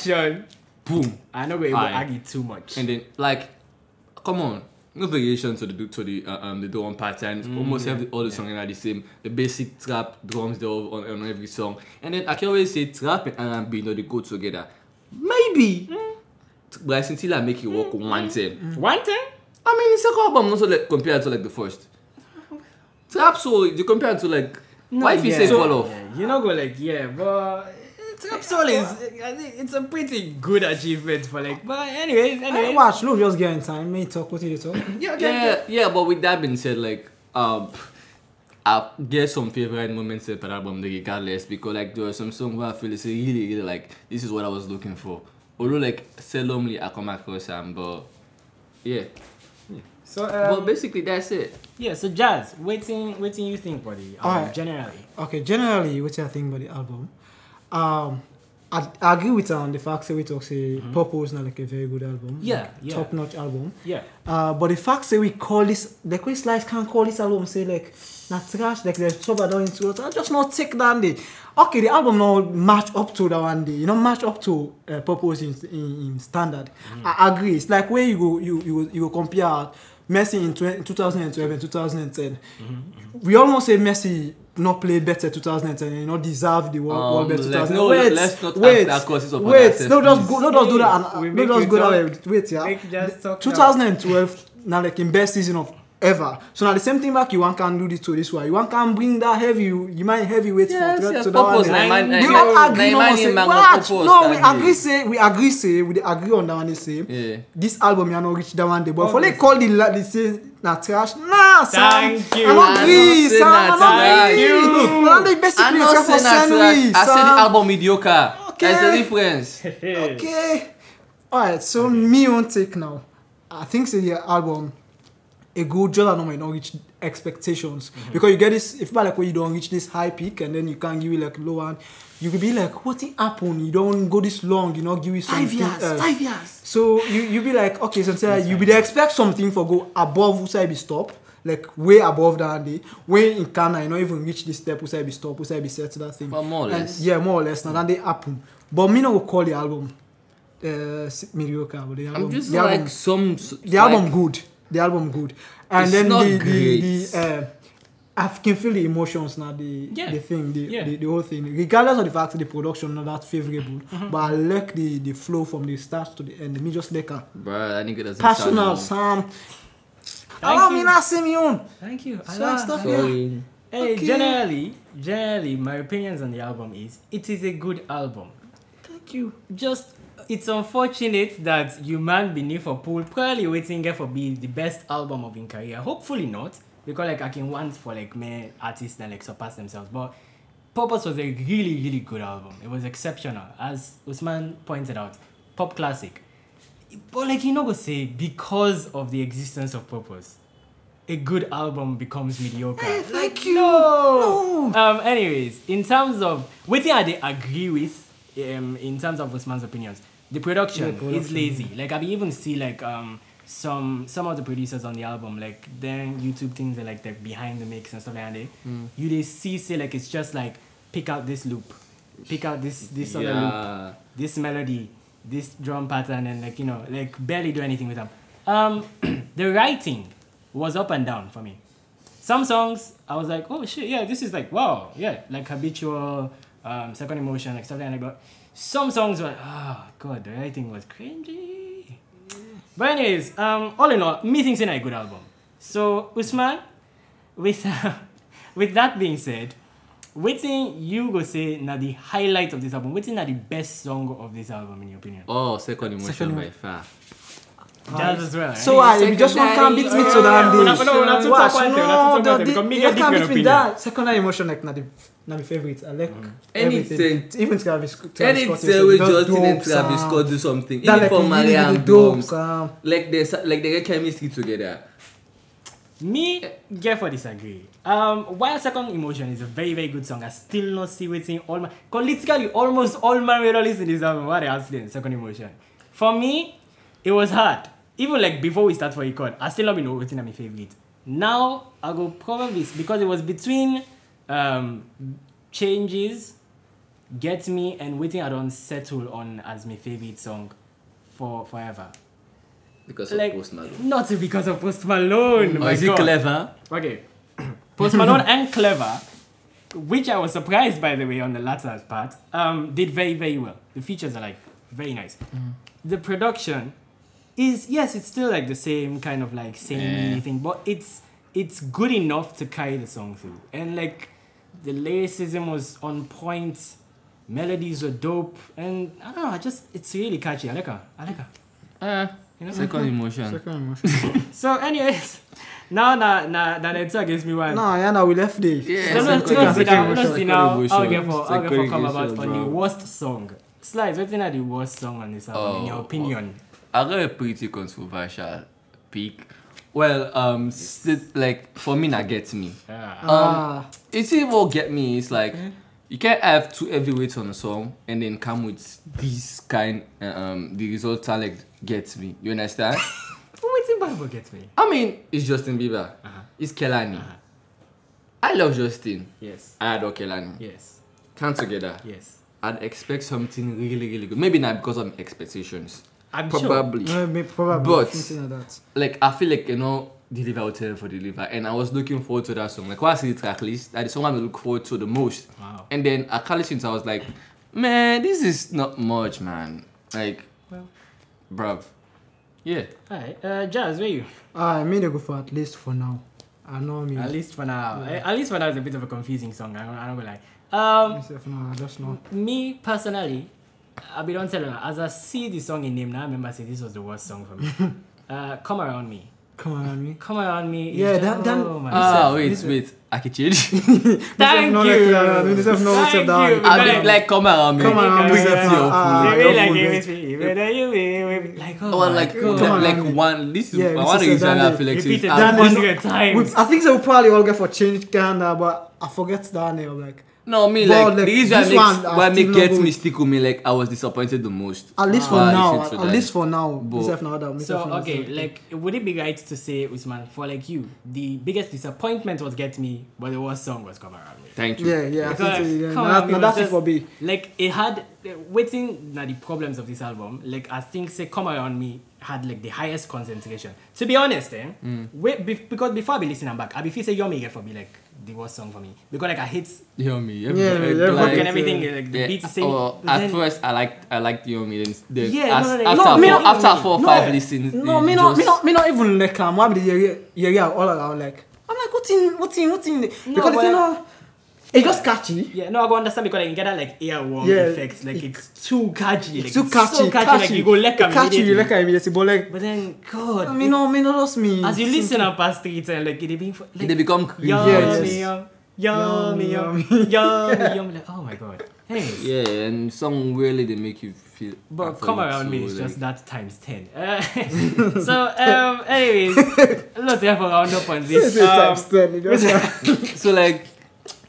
Speaker 3: production.
Speaker 2: boom
Speaker 3: I know we will
Speaker 2: Aye.
Speaker 3: argue too much.
Speaker 2: and then like come on no variation to the to the uh, um the drum pattern
Speaker 3: Mm,
Speaker 2: almost every all the songs are the same the basic trap drums they're all on, on every song and then I can always say trap and R&B you know they go together maybe
Speaker 3: Mm.
Speaker 2: T- Bryson Tiller make it work one time
Speaker 3: One thing,
Speaker 2: I mean, the second album also like compared to like the
Speaker 3: <laughs>
Speaker 2: first. Trap Soul, you compare to like why if you say
Speaker 3: So-
Speaker 2: fall off?
Speaker 3: Yeah, you know, go like yeah, but Trap Soul is I think it's a pretty good achievement for like. But anyways,
Speaker 1: Hey,
Speaker 3: anyways,
Speaker 1: watch, no, just get in time. May talk, what you talk.
Speaker 3: yeah, okay, okay.
Speaker 2: Yeah, yeah. But with that being said, like um, I get some favorite moments in the album like, regardless because like there are some songs where I feel it's really really like this is what I was looking for. Although like seldomly I come across them, but yeah.
Speaker 3: So
Speaker 2: but
Speaker 3: um,
Speaker 2: basically that's it.
Speaker 3: yeah, so Jazz, waiting, waiting. You think, buddy? Um,
Speaker 1: Alright.
Speaker 2: <laughs>
Speaker 3: generally,
Speaker 1: Okay, generally, what I think about the album, um, I, I agree with her on the fact that we talk say Purple is not like a very good album.
Speaker 3: Mm-hmm. Yeah, yeah.
Speaker 1: Top notch album.
Speaker 3: yeah.
Speaker 1: Uh, but the fact that we call this, the Chris Slice can call this album say like, not trash, like there's trouble down into it. I just not take that day. Okay, the album now match up to that one day. You know, match up to uh, Purple's in, in, in standard.
Speaker 2: Mm.
Speaker 1: I agree. It's like where you go, you you go, you go compare Messi in twen- 2012 and 2010.
Speaker 2: Mm-hmm.
Speaker 1: We almost say Messi not play better 2010 and not deserve the world,
Speaker 2: Um,
Speaker 1: world
Speaker 2: let's-
Speaker 1: best 2010.
Speaker 2: no,
Speaker 1: wait,
Speaker 2: let's not
Speaker 1: wait,
Speaker 2: ask that causes of
Speaker 1: wait.
Speaker 2: analysis,
Speaker 1: No, just
Speaker 2: please.
Speaker 1: go, no, just do that.
Speaker 3: We
Speaker 1: And,
Speaker 3: make
Speaker 1: no, just
Speaker 3: you
Speaker 1: go that way.
Speaker 3: talk.
Speaker 1: Wait, yeah.
Speaker 3: Make Jazz talk now.
Speaker 1: 2012 now like in best season of ever. So now the same thing back you one can do this to this one. You one can bring that heavy you mind heavyweight
Speaker 2: Yes,
Speaker 1: from
Speaker 2: yes,
Speaker 1: to that
Speaker 2: purpose,
Speaker 1: one.
Speaker 2: na
Speaker 1: eh.
Speaker 2: man-
Speaker 1: We
Speaker 2: eh,
Speaker 1: not
Speaker 2: na
Speaker 1: agree no
Speaker 2: man
Speaker 1: more
Speaker 2: in
Speaker 1: say
Speaker 2: man go
Speaker 1: watch.
Speaker 2: purpose
Speaker 1: No, we
Speaker 2: that
Speaker 1: agree
Speaker 2: day.
Speaker 1: say we agree say we dey agree on that one the same.
Speaker 2: Yeah.
Speaker 1: This album you not reach that one day. But for they
Speaker 3: Obviously.
Speaker 1: call the la- they say na trash. Nah, Sam.
Speaker 3: Thank you.
Speaker 1: I
Speaker 3: I
Speaker 1: not
Speaker 2: don't
Speaker 1: agree,
Speaker 2: say
Speaker 1: Sam.
Speaker 2: na
Speaker 1: I not
Speaker 2: trash.
Speaker 1: agree.
Speaker 3: Thank you.
Speaker 1: Now they
Speaker 2: I'm
Speaker 1: basically
Speaker 2: not
Speaker 1: except for
Speaker 2: saying that's right.
Speaker 1: sandwich.
Speaker 2: I said the
Speaker 1: Sam.
Speaker 2: album mediocre. There's
Speaker 1: Okay.
Speaker 2: a difference.
Speaker 1: Okay. Alright, so me on take now. I think say the album a good Jordan number don't reach expectations.
Speaker 2: Mm-hmm.
Speaker 1: Because you get this if by like when you don't reach this high peak and then you can't give it like low one, you could be like, what it happened? You don't go this long, you not give it something. else.
Speaker 2: years.
Speaker 1: So you you be like, okay, so say you be dey expect something for go above Usai be stop, like way above that day. When in Ghana, you not even reach this step, Usai be stop, Usai be set that thing.
Speaker 2: But more or
Speaker 1: And
Speaker 2: less.
Speaker 1: yeah, more or less. Now that they happen. But me no go call the album uh, s- mediocre. But the album,
Speaker 2: I'm just
Speaker 1: the
Speaker 2: like
Speaker 1: album,
Speaker 2: some.
Speaker 1: the album good. The album good. And
Speaker 2: It's
Speaker 1: then
Speaker 2: not
Speaker 1: the the,
Speaker 2: great.
Speaker 1: the uh, I f- can feel the emotions now. The
Speaker 3: Yeah.
Speaker 1: the thing, the,
Speaker 3: Yeah.
Speaker 1: the the whole thing. Regardless of the fact that the production not that favorable,
Speaker 3: Mm-hmm.
Speaker 1: but I like the the flow from the start to the end. Me just like a
Speaker 2: Bruh, that nigga doesn't
Speaker 1: personal
Speaker 2: sound
Speaker 1: Sam. Allow me
Speaker 3: you.
Speaker 1: not Simeon.
Speaker 3: Thank you.
Speaker 1: So I stop
Speaker 2: normal.
Speaker 1: here.
Speaker 2: Sorry.
Speaker 3: Hey,
Speaker 1: Okay.
Speaker 3: generally, generally, my opinions on the album is it is a good album.
Speaker 1: Thank you.
Speaker 3: Just it's unfortunate that Human Beneath a Pool probably waiting there for be the best album of in career. Hopefully not, because like I can want for like many artists that like surpass themselves. But Purpose was a really really good album. It was exceptional, as Usman pointed out, pop classic But like you know go say because of the existence of purpose, a good album becomes mediocre.
Speaker 1: Eh,
Speaker 3: Like,
Speaker 1: thank you.
Speaker 3: No.
Speaker 1: No.
Speaker 3: Um. Anyways, in terms of what I they agree with, um, in terms of Usman's opinions, the production,
Speaker 1: Yeah, production,
Speaker 3: is lazy. Like I even see like um some some of the producers on the album like then YouTube things are like they're behind the mix and stuff like that.
Speaker 1: Mm.
Speaker 3: You they see say like it's just like pick out this loop, pick out this this other loop
Speaker 2: yeah.
Speaker 3: this melody, this drum pattern, and like you know, like barely do anything with them. Um, <clears throat> the writing was up and down for me. Some songs I was like, oh shit, yeah, this is like wow, yeah, like habitual, um, second emotion, like stuff like that. But some songs were, oh god, the writing was cringy. But anyways, um, all in all, me thinks it's a good album. So Usman, with uh, <laughs> with that being said, waiting you go say na the highlight of this album. Waiting na the best song of this album in your opinion.
Speaker 2: Oh, second emotion
Speaker 1: Second
Speaker 2: by
Speaker 1: one.
Speaker 2: far.
Speaker 3: Jazz as well. eh?
Speaker 1: So
Speaker 3: right?
Speaker 1: I you just want can beat me to that
Speaker 3: Oh, No, no,
Speaker 1: day.
Speaker 3: no, no, no,
Speaker 1: Wash,
Speaker 3: no, no,
Speaker 1: no,
Speaker 3: no, no,
Speaker 1: the-
Speaker 3: because me
Speaker 1: you
Speaker 3: get
Speaker 1: can't beat me
Speaker 3: different opinion. Mm.
Speaker 1: that. Secondary emotion like not the not the favorite. I like everything.
Speaker 2: Anything.
Speaker 1: Even Travis, Travis
Speaker 2: Anything
Speaker 1: Scott.
Speaker 2: say with
Speaker 1: those
Speaker 2: Justin and
Speaker 1: dope
Speaker 2: Travis
Speaker 1: sound.
Speaker 2: Scott do something.
Speaker 1: That
Speaker 2: Even
Speaker 1: like
Speaker 2: for
Speaker 1: really,
Speaker 2: Maria
Speaker 1: really
Speaker 2: and
Speaker 1: dope
Speaker 2: Bombs.
Speaker 1: sound.
Speaker 2: Like they like they get chemistry together.
Speaker 3: Me get for disagree. Um, while second emotion is a very very good song, I still not see waiting all my. Cause literally almost all my releases in this album are actually in second emotion. For me, it was hard. Even like before we start for record, I still not been waiting on my favorite. Now I go probably because it was between um changes, get me and waiting. I don't settle on as my favorite song for forever.
Speaker 2: Because of
Speaker 3: Like
Speaker 2: Post Malone.
Speaker 3: not because of Post Malone.
Speaker 2: Or
Speaker 3: Oh, my
Speaker 2: is he
Speaker 3: God.
Speaker 2: clever?
Speaker 3: Okay. <clears throat> Post Malone and Clever, which I was surprised by the way on the latter part, um, did very, very well. The features are like very nice. The production is yes, it's still like the same kind of like same
Speaker 2: Yeah.
Speaker 3: thing, but it's it's good enough to carry the song through. And like the lyricism was on point, melodies were dope, and I don't know, I just it's really catchy. I like her. I like her.
Speaker 2: Uh,
Speaker 3: You know?
Speaker 2: second emotion.
Speaker 1: Second emotion.
Speaker 3: So anyways, <laughs> now na na na it's against me
Speaker 1: <laughs>
Speaker 3: one.
Speaker 1: No, yeah, no, we left this.
Speaker 2: Yeah,
Speaker 3: No, no,
Speaker 2: second
Speaker 3: no, see now,
Speaker 2: emotion,
Speaker 3: no, see now.
Speaker 2: second
Speaker 3: I'll
Speaker 2: emotion,
Speaker 3: get for, I'll get for
Speaker 2: second
Speaker 3: come about
Speaker 2: emotion,
Speaker 3: on the
Speaker 2: bro.
Speaker 3: worst song. Slides, what's not the worst song on this album, in your
Speaker 2: Oh,
Speaker 3: opinion?
Speaker 2: I got a pretty controversial pick. Well, um, st- like for me, that gets me.
Speaker 3: Yeah.
Speaker 1: Ah.
Speaker 2: You see what get me is like you can't have two heavyweights on a song and then come with this kind uh, um the result are like gets me. You understand?
Speaker 3: What's in Bible gets me?
Speaker 2: I mean it's Justin Bieber.
Speaker 3: Uh-huh.
Speaker 2: It's Kelani. I love Justin.
Speaker 3: Yes.
Speaker 2: I adore Kelani.
Speaker 3: Yes.
Speaker 2: Come together.
Speaker 3: Yes.
Speaker 2: I'd expect something really, really good. Maybe not because of my expectations.
Speaker 3: I'm sure. Uh.
Speaker 2: Probably.
Speaker 1: No, may- probably
Speaker 2: But-
Speaker 1: something like that.
Speaker 2: like I feel like you know deliver hotel for deliver and I was looking forward to that song like when I see the track list that is the song I look forward to the most
Speaker 3: Wow.
Speaker 2: and then I called it since I was like man this is not much man like
Speaker 3: Well.
Speaker 2: bruv yeah
Speaker 3: Alright, uh, Jazz, where you?
Speaker 1: I made a go for at least for now. I know me.
Speaker 3: At least for now. eh, At least for now, it's a bit of a confusing song. I don't, I don't gonna lie. Um,
Speaker 1: Myself, no, I just know.
Speaker 3: me personally, I'll be don't tell you, as I see the song in name now, I remember I say this was the worst song for
Speaker 1: <laughs>
Speaker 3: me. uh, Come Around Me.
Speaker 1: Come on, me.
Speaker 3: Come Around Me. is
Speaker 1: Yeah,
Speaker 3: just-
Speaker 1: that- that-
Speaker 3: oh my
Speaker 2: ah
Speaker 3: God.
Speaker 2: wait wait I can change <laughs>
Speaker 1: Myself,
Speaker 3: Thank
Speaker 1: no,
Speaker 3: you.
Speaker 1: like, uh, myself, no,
Speaker 3: Thank
Speaker 1: myself,
Speaker 3: you.
Speaker 1: down.
Speaker 2: I
Speaker 3: Right.
Speaker 2: mean like come around man
Speaker 1: Come around,
Speaker 2: bring
Speaker 3: yeah.
Speaker 2: it to your
Speaker 1: Ah,
Speaker 2: full
Speaker 1: don't
Speaker 3: Maybe like
Speaker 1: forget.
Speaker 3: you with me, whether you will, will- like oh,
Speaker 2: Well,
Speaker 3: my
Speaker 2: like,
Speaker 3: God.
Speaker 1: Come
Speaker 2: like,
Speaker 1: around,
Speaker 2: like
Speaker 1: man.
Speaker 2: one. This is
Speaker 1: Yeah,
Speaker 2: one
Speaker 1: this
Speaker 2: of the
Speaker 1: is
Speaker 2: reasons
Speaker 1: exactly-
Speaker 2: I feel like
Speaker 3: repeated
Speaker 2: I-
Speaker 1: That
Speaker 3: that
Speaker 1: is-
Speaker 3: hundred
Speaker 1: We,
Speaker 3: times.
Speaker 1: I think they will probably all get for change Canada, but I forget that name. Like
Speaker 2: No, me
Speaker 1: But,
Speaker 2: like,
Speaker 1: like,
Speaker 2: the reason
Speaker 1: this
Speaker 2: why makes
Speaker 1: one, I
Speaker 2: why make
Speaker 1: still not
Speaker 2: gets
Speaker 1: good.
Speaker 2: me stick with me like I was disappointed the most.
Speaker 1: at least for
Speaker 2: Ah,
Speaker 1: now,
Speaker 2: listen
Speaker 1: at,
Speaker 2: to
Speaker 1: at
Speaker 2: that.
Speaker 1: least for now,
Speaker 2: But-
Speaker 1: myself now that myself
Speaker 3: So
Speaker 1: now,
Speaker 3: okay,
Speaker 1: myself.
Speaker 3: like would it be right to say Usman for like you the biggest disappointment was Get Me, but the worst song was Come Around Me.
Speaker 2: Thank you.
Speaker 1: yeah, yeah, I
Speaker 3: Because,
Speaker 1: think so, yeah.
Speaker 3: come
Speaker 1: Now,
Speaker 3: on,
Speaker 1: now
Speaker 3: we
Speaker 1: that's it
Speaker 3: must
Speaker 1: for B.
Speaker 3: just- Like it had uh, waiting na the problems of this album. Like I think say Come Around Me had like the highest concentration. To be honest, eh,
Speaker 1: Hmm.
Speaker 3: wait, be, because before I be listening back, I be feel say Yomi get for be like the worst song for me because like I hate
Speaker 2: You hear me?
Speaker 1: Yeah,
Speaker 2: Everybody,
Speaker 1: yeah,
Speaker 2: like-
Speaker 3: Like,
Speaker 1: Right.
Speaker 3: and everything, like the beat same.
Speaker 2: Oh,
Speaker 3: but
Speaker 2: at
Speaker 3: then-
Speaker 2: first I liked I liked Yomi. Then, then
Speaker 3: Yeah,
Speaker 2: as,
Speaker 3: no, no, no.
Speaker 2: after
Speaker 1: No, me
Speaker 2: four,
Speaker 1: not-
Speaker 2: after four
Speaker 1: no,
Speaker 2: five listens,
Speaker 1: No,
Speaker 2: it
Speaker 1: Non, me not,
Speaker 2: just-
Speaker 1: me not, me not even like ah, I'm happy the area, area all around. Like I'm like, what's in, what's in, what's in? Because
Speaker 3: but-
Speaker 1: you know, it's just catchy.
Speaker 3: Yeah, no, I go understand because I can get that like earworm
Speaker 1: Yeah,
Speaker 3: effects. Like it's too catchy. Like,
Speaker 1: It's too catchy,
Speaker 3: so catchy, Like you go like
Speaker 1: It's catchy, you like immediately. But like,
Speaker 3: But then God,
Speaker 1: me no, me not just me.
Speaker 3: as you listen <laughs> up past streets and like it being for, like
Speaker 2: They become cringy.
Speaker 1: Yeah,
Speaker 3: yum
Speaker 1: it's- <laughs>
Speaker 3: yum yum yum yum yum. Like oh my God. Hey,
Speaker 2: Yeah, and song really they make you feel.
Speaker 3: but
Speaker 2: affirmed,
Speaker 3: come around me,
Speaker 2: so,
Speaker 3: it's
Speaker 2: like-
Speaker 3: just that times 10. Uh, <laughs> so, um,
Speaker 1: <laughs>
Speaker 3: anyways, let's have a round up on this. Um,
Speaker 1: ten. It just
Speaker 2: So like,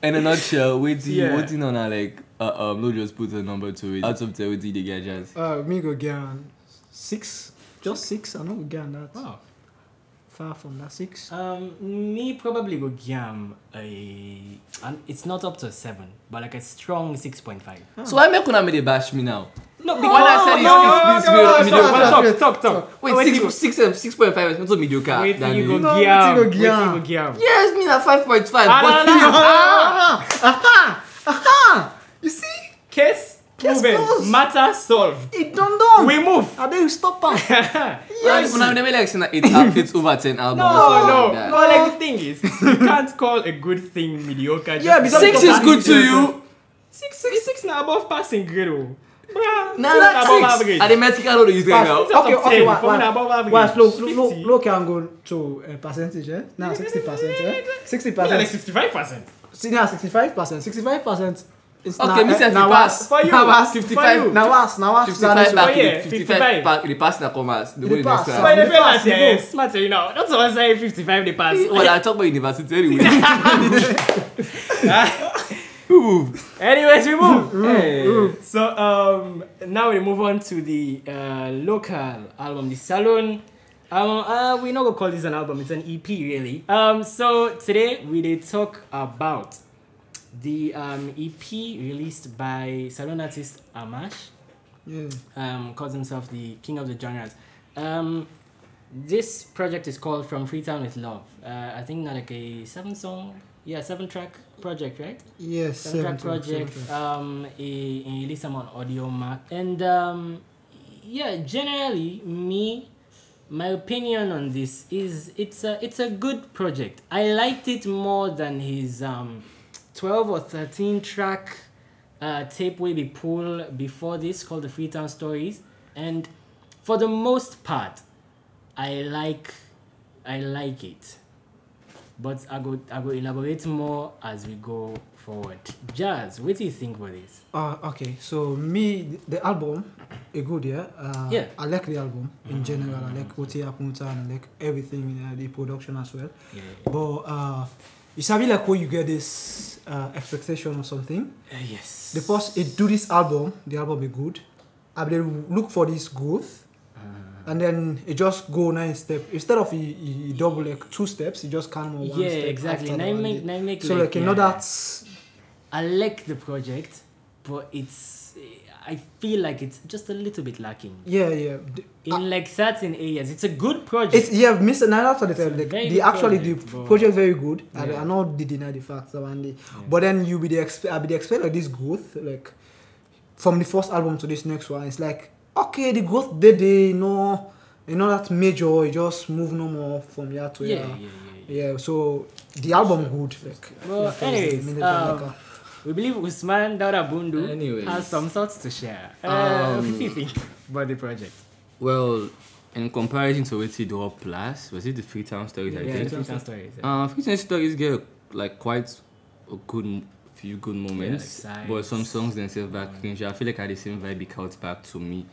Speaker 2: in a nutshell, waiting,
Speaker 3: Yeah.
Speaker 2: waiting on a like, uh, um, let just put a number to it. Out of ten, waiting the get just.
Speaker 1: Uh, me go get on six. Just six. I know we get on that.
Speaker 3: wow.
Speaker 1: Far from that six.
Speaker 3: Um, me probably go jam a, and it's not up to a seven, but like a strong six point five.
Speaker 2: So why make una me they bash me now?
Speaker 3: No,
Speaker 2: When I said it's- it's, it's,
Speaker 1: Oh, no, no,
Speaker 2: mediocre- mediocre.
Speaker 1: no, no, no.
Speaker 3: talk, talk, talk.
Speaker 2: Wait,
Speaker 3: Wait, till-
Speaker 2: six, six, um, six point five is not so mediocre.
Speaker 3: wait till
Speaker 2: than
Speaker 3: you go
Speaker 2: it.
Speaker 1: No, wait
Speaker 3: jam.
Speaker 1: till you go
Speaker 3: Wait till you
Speaker 1: jam.
Speaker 3: go jam.
Speaker 2: Yes, me na five point five.
Speaker 3: Ah,
Speaker 2: but
Speaker 3: no, no, no.
Speaker 1: Aha! Aha! Aha! You see?
Speaker 3: Case
Speaker 1: Case
Speaker 3: proven.
Speaker 1: closed.
Speaker 3: Matter solved.
Speaker 1: It done done.
Speaker 3: We move. <laughs>
Speaker 1: I you stop am.
Speaker 2: Yes. Una me they like say na it's
Speaker 3: <laughs>
Speaker 2: up- it's over ten album. or
Speaker 3: No,
Speaker 2: something
Speaker 3: no,
Speaker 2: like that.
Speaker 3: no. Like the thing is, you can't call a good thing mediocre. just
Speaker 1: Yeah, because-
Speaker 2: Six is good to you.
Speaker 3: six, six, six now above passing grade. oh. Bruh,
Speaker 2: Nah,
Speaker 3: six na
Speaker 2: that's
Speaker 3: above
Speaker 2: six.
Speaker 3: average.
Speaker 2: And the Mexican know you guys now.
Speaker 3: It's out
Speaker 1: Okay,
Speaker 3: of
Speaker 1: okay,
Speaker 3: 10,
Speaker 1: what-
Speaker 3: for me
Speaker 1: what-
Speaker 3: na above average.
Speaker 1: Well, look, look,
Speaker 3: 50.
Speaker 1: look, can go to uh, percentage, eh? Now 60%, eh? 60%.
Speaker 3: Yeah, like sixty-five percent.
Speaker 1: See, now 65%. 65% is
Speaker 2: Okay, me say if you
Speaker 1: now
Speaker 2: pass.
Speaker 3: For you,
Speaker 1: Now us.
Speaker 3: for
Speaker 2: 55.
Speaker 3: you.
Speaker 1: Now us. Now us.
Speaker 2: 55 back,
Speaker 3: Oh, yeah,
Speaker 2: 55
Speaker 3: 55.
Speaker 2: back, the pass na come as. The
Speaker 1: The
Speaker 2: way it
Speaker 1: pass,
Speaker 2: is now.
Speaker 1: sir.
Speaker 3: But the
Speaker 1: they pass,
Speaker 3: fellas,
Speaker 1: they
Speaker 3: yeah,
Speaker 1: go.
Speaker 3: smart, you know. That's what I say. Fifty-five, they pass.
Speaker 2: Well, I talk about university
Speaker 3: <laughs>
Speaker 2: anyway.
Speaker 3: Anyways, we move. Hey. So um, now we move on to the uh, local album, the Salon. Um, uh, we're not gonna call this an album; it's an EP, really. Um, so today we did talk about the um, EP released by Salon artist Amash.
Speaker 1: Yeah.
Speaker 3: um, calls himself the king of the genres. Um, this project is called From Freetown with Love. Uh, I think not like a seven song, yeah, seven track project, right?
Speaker 1: Yes.
Speaker 3: Seven track
Speaker 1: seven, seven,
Speaker 3: project.
Speaker 1: seven.
Speaker 3: Um, he, he released them on Audio Mac, and um, yeah, generally me. My opinion on this is it's a it's a good project. I liked it more than his um, twelve or thirteen track uh, tape we be pull before this called the Freetown Stories, and for the most part, I like I like it. But I go I go elaborate more as we go forward. Jazz, what do you think about this?
Speaker 1: Uh, okay, so me, the album, a good, yeah. Uh,
Speaker 3: Yeah.
Speaker 1: I like the album in general. I like what he happened and I like everything in uh, the production as well.
Speaker 3: Yeah.
Speaker 1: But uh, you sabi like when you get this uh, expectation of something.
Speaker 3: Uh, yes.
Speaker 1: The first, it do this album, the album be good. I dey look for this growth.
Speaker 3: Ah.
Speaker 1: And then it just go nine step instead of he, he he double like two steps, he just come on one
Speaker 3: yeah,
Speaker 1: step.
Speaker 3: exactly.
Speaker 1: after the
Speaker 3: Now you
Speaker 1: one
Speaker 3: make,
Speaker 1: day.
Speaker 3: now you make
Speaker 1: so like, you
Speaker 3: yeah.
Speaker 1: know that's
Speaker 3: I like the project, but it's I feel like it's just a little bit lacking.
Speaker 1: yeah yeah. The-
Speaker 3: In like certain areas, it's a good project.
Speaker 1: Ah. It's yeah, Mr. Naira after the time, like
Speaker 3: very
Speaker 1: the
Speaker 3: good
Speaker 1: actually
Speaker 3: project,
Speaker 1: the
Speaker 3: but-
Speaker 1: project very good. I,
Speaker 3: Yeah.
Speaker 1: I know they deny the facts one day, but then you be the exp- I be the expert of this growth like from the first album to this next one. It's like okay, the growth did they no, you know that major. You just move no more from year to
Speaker 3: yeah,
Speaker 1: year.
Speaker 3: yeah, yeah, yeah.
Speaker 1: Yeah, so the album good. Like,
Speaker 3: Well,
Speaker 1: like, uh,
Speaker 3: anyways,
Speaker 1: Mr.
Speaker 3: um,
Speaker 1: Jamaica.
Speaker 3: We believe Usman Dara Bundu
Speaker 2: Anyways.
Speaker 3: has some thoughts to share.
Speaker 1: Um,
Speaker 3: Uh, what do you think about the project?
Speaker 2: Well, in comparison to what he do up last, was it the Freetown stories? I
Speaker 3: Yeah,
Speaker 2: think.
Speaker 3: Freetown stories. yeah.
Speaker 2: Uh, Freetown stories get like quite a good m- few good moments,
Speaker 3: like
Speaker 2: but
Speaker 3: sides.
Speaker 2: some songs themselves back cringe. I feel like I the same vibe it comes back to me.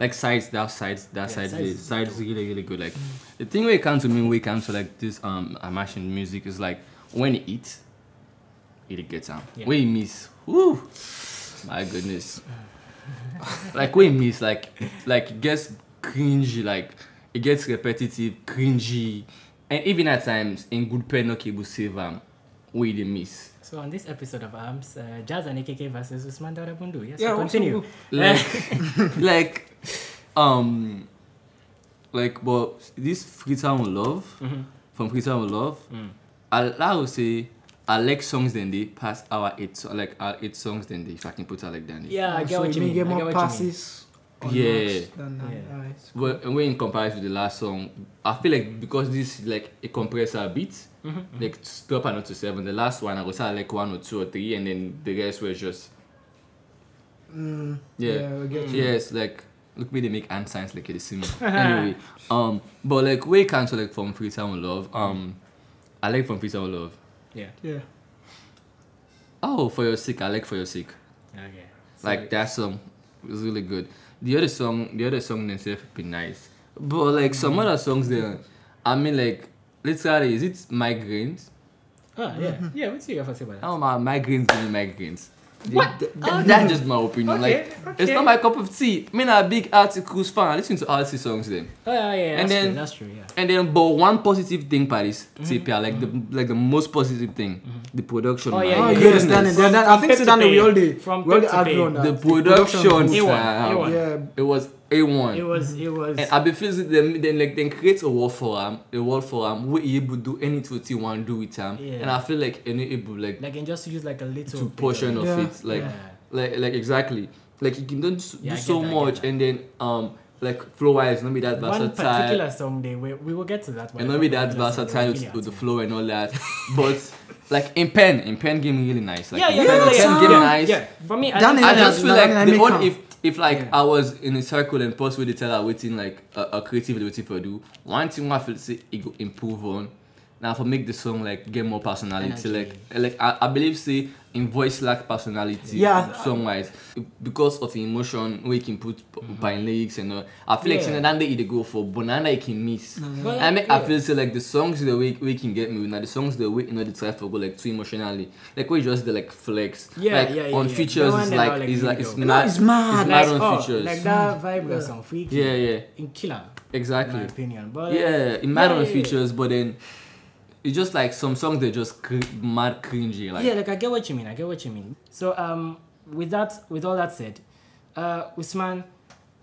Speaker 2: Like sides, that sides, that
Speaker 3: Yeah,
Speaker 2: side,
Speaker 3: sides
Speaker 2: sides,
Speaker 3: is
Speaker 2: sides is really really good. Like the thing when it comes to me, when it comes to like this um Amashin music is like when it eats, it gets out.
Speaker 3: Yeah.
Speaker 2: When it miss, woo, my goodness. <laughs> like when it miss, like like it gets cringy, like it gets repetitive, cringy, and even at times in good pen, okay, we save um, we they miss.
Speaker 3: So on this episode of Arms, uh, Jazz and AKK versus Usman Dara Bundu. Yes,
Speaker 1: Yeah,
Speaker 3: so
Speaker 1: also
Speaker 3: continue.
Speaker 2: Like, <laughs> like, um, like, but this Freetown with Love, from Freetown with Love, I, I would say I like songs than they pass our eight, so- like our eight songs than they, if I can put it like that.
Speaker 3: yeah, I get
Speaker 1: so
Speaker 3: what you
Speaker 1: may
Speaker 3: mean.
Speaker 1: Get
Speaker 3: I
Speaker 1: more
Speaker 3: get what
Speaker 1: passes. on
Speaker 2: Yeah.
Speaker 1: notes than, uh,
Speaker 3: Yeah.
Speaker 1: alright.
Speaker 2: Well, when in comparison to the last song, I feel like because this is like a compressor beat, like drop a note to seven. The last one I was at like one or two or three, and then the rest were just
Speaker 1: Mm,
Speaker 2: Yeah.
Speaker 1: I get you.
Speaker 2: yes, like look me they make hand signs like they see me. anyway, um, but like way cancel like from freestyle with love. Um, I like from freestyle with love.
Speaker 3: you mean.
Speaker 1: Yeah.
Speaker 2: Oh, for your sake, I like for your sake.
Speaker 3: Yeah. Okay. So-
Speaker 2: Like that song was really good. The other song, the other song in itself be nice, but like some other songs there, I mean like literally, is it migraines?
Speaker 3: Ah, yeah. Yeah, what do you have to say about that?
Speaker 2: Oh my migraines, being migraines.
Speaker 3: What?
Speaker 2: Th- th- that's just my opinion.
Speaker 3: Okay,
Speaker 2: like it's
Speaker 3: okay.
Speaker 2: not my cup of tea. Me not a big articles fan. I listen to artsy songs then.
Speaker 3: Oh, yeah, yeah,
Speaker 2: And
Speaker 3: that's
Speaker 2: then-
Speaker 3: true, that's true, yeah.
Speaker 2: And then, but one positive thing, Paris, TPR, like the like the most positive thing, the production.
Speaker 3: Oh,
Speaker 2: man.
Speaker 3: yeah,
Speaker 1: Oh,
Speaker 3: yeah,
Speaker 1: you
Speaker 3: yeah.
Speaker 1: understand it. Then, I think
Speaker 3: From
Speaker 1: so that
Speaker 3: Pepsi
Speaker 1: we all day.
Speaker 3: From
Speaker 1: we all
Speaker 3: Pepsi
Speaker 1: agree on
Speaker 3: Pay.
Speaker 1: that.
Speaker 2: the production.
Speaker 3: A1,
Speaker 2: sound,
Speaker 3: A1.
Speaker 1: Yeah,
Speaker 2: It was a one.
Speaker 3: It was, it was.
Speaker 2: And I be feels that them then like then create a wall for him, a wall for him. We able do any two thing want do with him,
Speaker 3: Yeah.
Speaker 2: and I feel like any able like
Speaker 3: Like, and just use like a little.
Speaker 2: to
Speaker 3: bit
Speaker 2: portion
Speaker 3: of
Speaker 2: of
Speaker 1: Yeah.
Speaker 2: it, like
Speaker 3: Yeah.
Speaker 2: like like exactly, like you can don't s- do
Speaker 3: Yeah, I get
Speaker 2: so
Speaker 3: that, I get
Speaker 2: much,
Speaker 3: that.
Speaker 2: and then um like flow wise not be that
Speaker 3: One
Speaker 2: versatile,
Speaker 3: particular song, they we, we will get to that one. uh,
Speaker 2: and not be that
Speaker 3: Particular song,
Speaker 2: versatile
Speaker 3: they
Speaker 2: with,
Speaker 3: will
Speaker 2: with the
Speaker 3: really ask
Speaker 2: flow and all
Speaker 3: <laughs>
Speaker 2: that, but like in pen, in pen game really nice, like
Speaker 3: Yeah,
Speaker 2: in
Speaker 3: yeah,
Speaker 2: pen,
Speaker 3: yeah,
Speaker 2: in
Speaker 3: yeah,
Speaker 1: yeah.
Speaker 2: pen game
Speaker 1: Yeah.
Speaker 2: nice.
Speaker 3: Yeah, for me, I
Speaker 1: That
Speaker 3: think
Speaker 1: is-
Speaker 2: I
Speaker 3: I
Speaker 1: Yeah,
Speaker 2: just
Speaker 1: yeah,
Speaker 2: feel
Speaker 1: yeah,
Speaker 2: like
Speaker 1: yeah,
Speaker 2: the
Speaker 1: make
Speaker 2: only
Speaker 1: am.
Speaker 2: if if like
Speaker 1: Yeah.
Speaker 2: I was in a circle and pause with the teller waiting like a, a creative ability for do one thing I feel say it go improve on. Now for make the song like get more personality, like
Speaker 3: Energy.
Speaker 2: like I, I believe say in voice lack personality,
Speaker 1: Yeah.
Speaker 2: song wise because of the emotion we can put p-
Speaker 3: Mm-hmm.
Speaker 2: by lyrics and all. I feel like
Speaker 3: Yeah.
Speaker 2: yeah. that it go for, but now it can miss.
Speaker 1: Mm-hmm.
Speaker 3: But,
Speaker 2: I make I
Speaker 3: yeah.
Speaker 2: feel say like the songs that we we can get me with now the songs that we you know the try for go like too emotionally, like we just the like flex,
Speaker 3: Yeah,
Speaker 2: like
Speaker 3: yeah, yeah,
Speaker 2: on
Speaker 3: yeah.
Speaker 2: features
Speaker 3: The one
Speaker 2: is
Speaker 3: that
Speaker 2: like,
Speaker 3: are, like,
Speaker 2: is like it's
Speaker 3: video.
Speaker 2: mad,
Speaker 1: it's mad.
Speaker 2: it's mad on
Speaker 3: Like, oh,
Speaker 2: features.
Speaker 3: Like
Speaker 1: <laughs>
Speaker 3: that vibe was on freaky.
Speaker 2: yeah, yeah,
Speaker 3: In killer, in my
Speaker 2: exactly.
Speaker 3: opinion. But
Speaker 2: Yeah, it mad
Speaker 3: yeah,
Speaker 2: on
Speaker 3: yeah,
Speaker 2: features, but then it's just like some songs they just cr- mad cringy, like
Speaker 3: yeah, like I get what you mean. I get what you mean. So um, with that, with all that said, uh, Usman,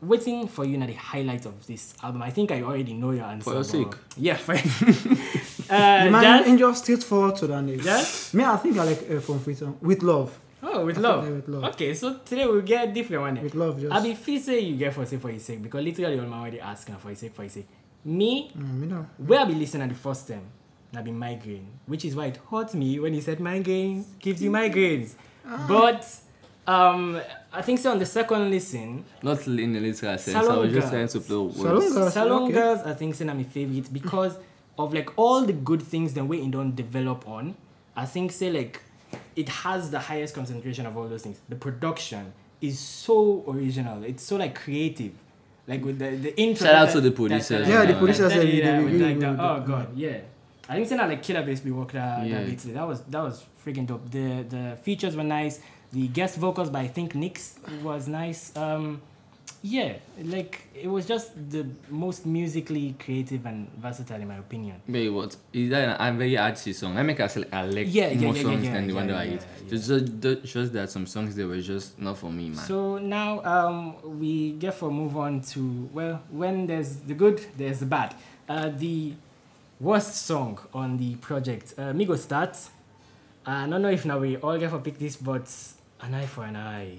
Speaker 3: waiting for you now the highlight of this album. I think I already know your answer.
Speaker 2: For your
Speaker 3: but-
Speaker 2: sake.
Speaker 3: Yeah, for. <laughs> uh,
Speaker 1: The man
Speaker 3: that-
Speaker 1: in just straight forward to that name.
Speaker 3: Yes?
Speaker 1: Me, I think I like uh, from Free Song. With love.
Speaker 3: oh, with
Speaker 1: I think
Speaker 3: love.
Speaker 1: I with love.
Speaker 3: Okay, so today we'll get different one.
Speaker 1: With love, just.
Speaker 3: I'll be free say you get for say for his sake because literally on my already asking for his sake for his sake. Me,
Speaker 1: Mm, you know.
Speaker 3: where I be listening the first time, I be migraine, which is why it hurt me when he said migraines gives you migraines. But um, I think so on the second listen,
Speaker 2: not in the literal sense. I was just
Speaker 3: Salonga.
Speaker 2: trying to play words.
Speaker 1: Salonga. Girls,
Speaker 3: Salon
Speaker 1: okay.
Speaker 3: Girls I think say na my favorite because of like all the good things that we don't develop on. I think say like it has the highest concentration of all those things. The production is so original. It's so like creative. Like with the, the intro.
Speaker 2: Shout out
Speaker 3: that-
Speaker 2: to the
Speaker 3: that-
Speaker 2: producers,
Speaker 3: that-
Speaker 1: Yeah, the
Speaker 3: that-
Speaker 1: producers,
Speaker 3: that-
Speaker 1: yeah, they-
Speaker 3: that-
Speaker 1: they
Speaker 3: with
Speaker 1: really
Speaker 3: like
Speaker 1: good.
Speaker 3: the- Oh god, yeah. I think saying like Killer Bass we worked that,
Speaker 2: Yeah.
Speaker 3: that beat. That was that was freaking dope. The the features were nice. The guest vocals by I think Nix was nice. Um, yeah, like it was just the most musically creative and versatile in my opinion.
Speaker 2: Wait, what? Is that an, a very artsy song? I make us like I like
Speaker 3: Yeah, yeah,
Speaker 2: more
Speaker 3: yeah, yeah,
Speaker 2: songs
Speaker 3: yeah,
Speaker 2: than the one
Speaker 3: yeah,
Speaker 2: that I
Speaker 3: yeah,
Speaker 2: hate.
Speaker 3: yeah.
Speaker 2: It's just, ju- just that some songs they were just not for me, man.
Speaker 3: So now um, we get for move on to well, when there's the good, there's the bad. Uh, the worst song on the project, uh, Migo start. I don't know Ah, if now we all get for pick this, but an eye for an eye.